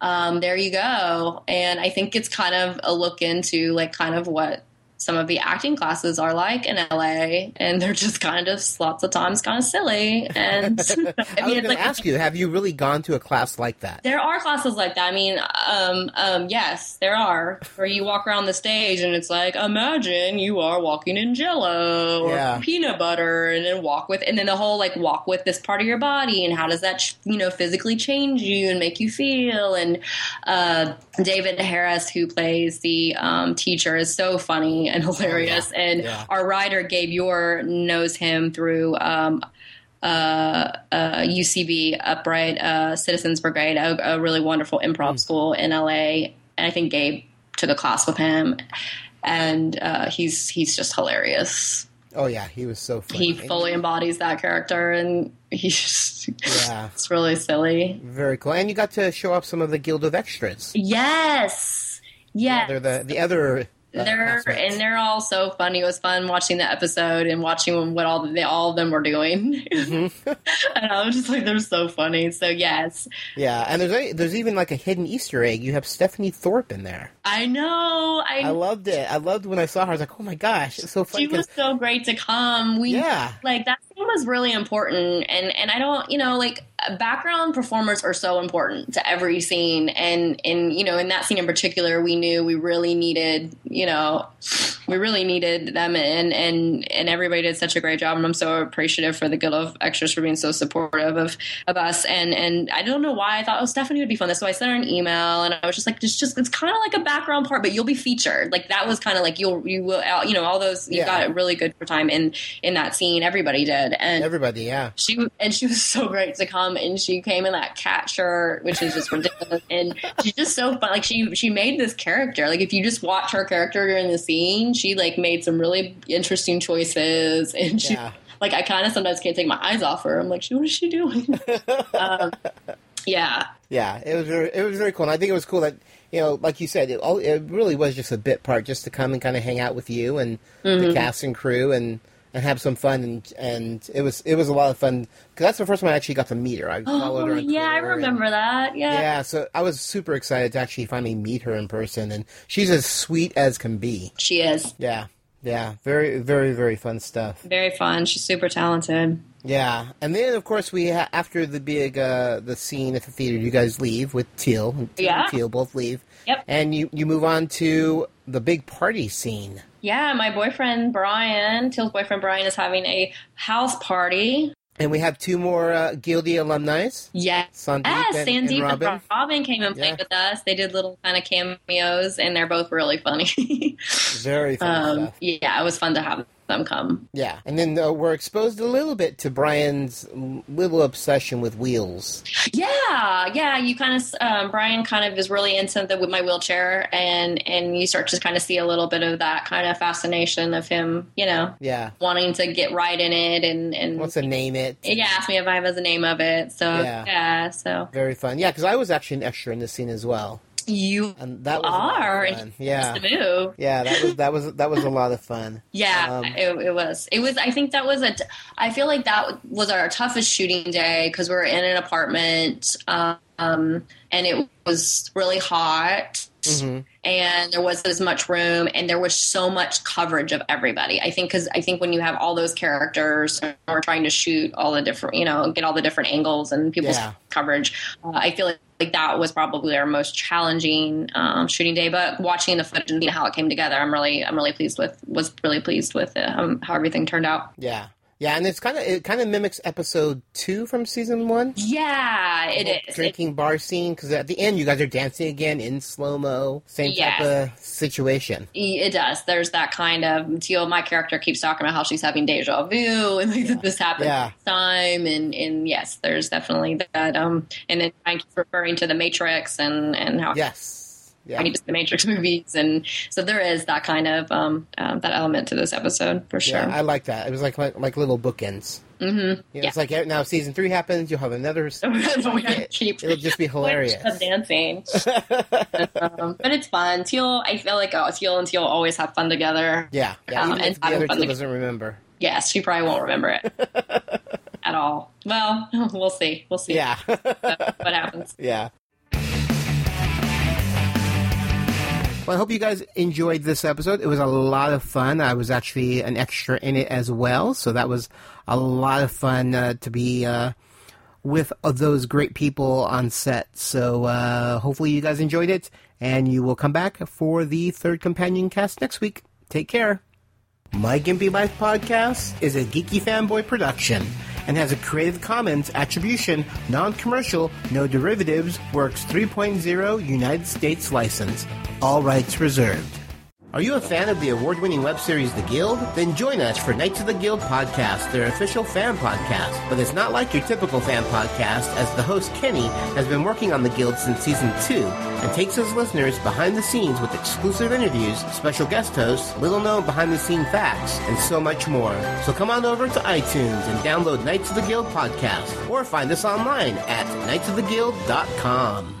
Speaker 1: um, there you go. And I think it's kind of a look into like kind of what some of the acting classes are like in LA, and they're just kind of just lots of times kind of silly. And I mean,
Speaker 2: I was
Speaker 1: it's
Speaker 2: going
Speaker 1: like
Speaker 2: to ask you, have you really gone to a class like that?
Speaker 1: there are classes like that. I mean, um, um, yes, there are where you walk around the stage and it's like, imagine you are walking in Jello or
Speaker 13: Yeah.
Speaker 1: peanut butter, and then walk with, and then the whole like walk with this part of your body, and how does that ch- you know physically change you and make you feel? And uh, David Harris, who plays the um, teacher, is so funny and hilarious, and
Speaker 13: Yeah.
Speaker 1: our writer Gabe Yor knows him through. Um, uh, uh, UCB Upright uh, Citizens Brigade, a, a really wonderful improv school in LA. And I think Gabe took a class with him, and uh, he's he's just hilarious.
Speaker 2: Oh yeah, he was so funny.
Speaker 1: He fully embodies that character, and he's just,
Speaker 2: yeah,
Speaker 1: it's really silly.
Speaker 2: Very cool. And you got to show off some of the Guild of Extras.
Speaker 1: Yes, yes.
Speaker 2: They're the the other. uh,
Speaker 1: they're and they're all so funny. It was fun watching the episode and watching what all they all of them were doing.
Speaker 2: Mm-hmm.
Speaker 1: and I was just like, they're so funny. So yes,
Speaker 2: yeah, and there's a, there's even like a hidden Easter egg. You have Stephanie Thorpe in there.
Speaker 1: I know. I,
Speaker 2: I loved it. I loved when I saw her. I was like, oh my gosh, it's so funny.
Speaker 1: She was
Speaker 2: 'cause-
Speaker 1: so great to come. We
Speaker 2: Yeah.
Speaker 1: like that scene was really important, and and I don't, you know, like background performers are so important to every scene, and and you know, in that scene in particular, we knew we really needed, you know, we really needed them and and and everybody did such a great job and I'm so appreciative for the good of extras for being so supportive of of us and and I don't know why I thought oh Stephanie would be fun so I sent her an email and I was just like it's just it's kind of like a background part but you'll be featured like that was kind of like you'll you will you know all those you
Speaker 2: Yeah.
Speaker 1: got it really good for time in in that scene everybody did and
Speaker 2: Everybody, yeah.
Speaker 1: she and she was so great to come and she came in that cat shirt which is just ridiculous and she's just so fun like she she made this character like if you just watch her character during the scene she like made some really interesting choices and she like i kind of sometimes can't take my eyes off her i'm like she what is she doing um, yeah
Speaker 2: Yeah, it was very, it was very cool, and I think it was cool that you know, like you said, it, all, it really was just a bit part, just to come and kind of hang out with you and the
Speaker 1: Mhm.
Speaker 2: cast and crew, and, and have some fun, and and it was it was a lot of fun because that's the first time I actually got to meet her. I followed
Speaker 1: oh
Speaker 2: her. on
Speaker 1: yeah i remember that yeah
Speaker 2: yeah, so I was super excited to actually finally meet her in person, and she's as sweet as can be.
Speaker 1: she is
Speaker 2: Yeah, yeah, very, very, very fun stuff.
Speaker 1: very fun she's super talented
Speaker 2: Yeah, and then of course we ha- after the big uh, the scene at the theater, you guys leave with Teal. Teal
Speaker 1: Yeah.
Speaker 2: and Teal both leave.
Speaker 1: Yep.
Speaker 2: And you you move on to the big party scene.
Speaker 1: yeah my boyfriend brian till's boyfriend brian is having a house party
Speaker 2: And we have two more uh, Guildy alumni.
Speaker 1: Yes.
Speaker 2: Sandeep,
Speaker 1: Yes,
Speaker 2: and, and
Speaker 1: Sandeep and
Speaker 2: Robin.
Speaker 1: Robin. came and played
Speaker 2: Yeah.
Speaker 1: with us. They did little kind of cameos, and they're both really funny.
Speaker 2: Very fun
Speaker 1: um,
Speaker 2: stuff.
Speaker 1: Yeah, it was fun to have them come.
Speaker 2: Yeah. And then uh, we're exposed a little bit to Brian's little obsession with wheels.
Speaker 1: Yeah, yeah. You kind of um, Brian kind of is really into the with my wheelchair, and and you start to kind of see a little bit of that kind of fascination of him, you know,
Speaker 2: Yeah.
Speaker 1: wanting to get right in it, and and
Speaker 2: Wants to name it.
Speaker 1: he asked me if I was the name of it. So
Speaker 2: Yeah.
Speaker 1: yeah, so
Speaker 2: Very fun. Yeah, because I was actually an extra in this scene as well.
Speaker 1: you
Speaker 2: and that was a lot of
Speaker 1: are
Speaker 2: fun. Yeah.
Speaker 1: It's the move.
Speaker 2: Yeah, that was that was that was a lot of fun.
Speaker 1: Yeah,
Speaker 2: Um,
Speaker 1: it, it was. It was. I think that was a. t- I feel like that was our toughest shooting day because we were in an apartment, um, and it was really hot,
Speaker 2: Mhm.
Speaker 1: and there wasn't as much room, and there was so much coverage of everybody. I think because I think when you have all those characters, and we're trying to shoot all the different, you know, get all the different angles and people's
Speaker 2: Yeah.
Speaker 1: coverage. Uh, I feel like, like that was probably our most challenging um, shooting day. But watching the footage and seeing how it came together, I'm really, I'm really pleased with. Was really pleased with um, how everything turned out.
Speaker 2: Yeah. Yeah, and it's kind of it kind of mimics episode two from season one.
Speaker 1: Yeah,
Speaker 2: The
Speaker 1: it
Speaker 2: whole
Speaker 1: is.
Speaker 2: drinking bar scene because at the end you guys are dancing again in slow mo, same
Speaker 1: Yes.
Speaker 2: type of situation.
Speaker 1: It does. There's that kind of Teal. My character keeps talking about how she's having deja vu and like that this happened
Speaker 2: Yeah.
Speaker 1: last time, and and yes, there's definitely that. Um, and then I keep referring to the Matrix and and how
Speaker 2: yes, yeah,
Speaker 1: I need to the Matrix movies, and so there is that kind of um, um that element to this episode for sure.
Speaker 2: Yeah, I like that. It was like like, like little bookends.
Speaker 1: mm-hmm.
Speaker 2: You know, It's like eh, now season three happens, you'll have another.
Speaker 1: yeah, keep
Speaker 2: It'll just be hilarious.
Speaker 1: Of dancing, um, but it's fun. Teal, I feel like oh, Teal and Teal always have fun together.
Speaker 2: Yeah, yeah.
Speaker 1: Um,
Speaker 2: even
Speaker 1: and
Speaker 2: if the
Speaker 1: having
Speaker 2: other
Speaker 1: fun
Speaker 2: two
Speaker 1: together.
Speaker 2: doesn't remember.
Speaker 1: Yes, she probably won't remember it at all. Well, we'll see. We'll see.
Speaker 2: Yeah.
Speaker 1: what happens?
Speaker 2: Yeah. Well, I hope you guys enjoyed this episode. It was a lot of fun. I was actually an extra in it as well, so that was a lot of fun uh, to be uh, with uh, those great people on set. So uh, hopefully you guys enjoyed it, and you will come back for the third companion cast next week. Take care. My Gimpy Life podcast is a geeky fanboy production and has a Creative Commons attribution, non commercial, no derivatives, works 3.0 United States license. All rights reserved. Are you a fan of the award winning web series The Guild? Then join us for Knights of the Guild podcast, their official fan podcast. But it's not like your typical fan podcast, as the host Kenny has been working on The Guild since season two and takes his listeners behind the scenes with exclusive interviews, special guest hosts, little known behind the scene facts, and so much more. So come on over to iTunes and download Knights of the Guild podcast or find us online at knightsoftheguild.com.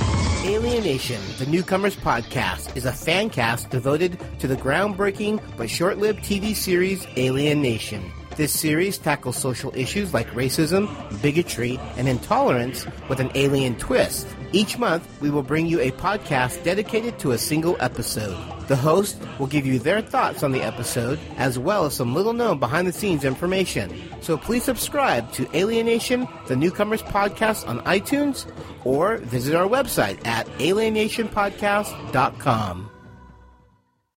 Speaker 2: Alienation, the Newcomers Podcast, is a fan cast devoted to the groundbreaking but short lived TV series Alienation. This series tackles social issues like racism, bigotry, and intolerance with an alien twist. Each month, we will bring you a podcast dedicated to a single episode. The host will give you their thoughts on the episode, as well as some little known behind the scenes information. So please subscribe to Alienation, the Newcomers Podcast on iTunes, or visit our website at alienationpodcast.com.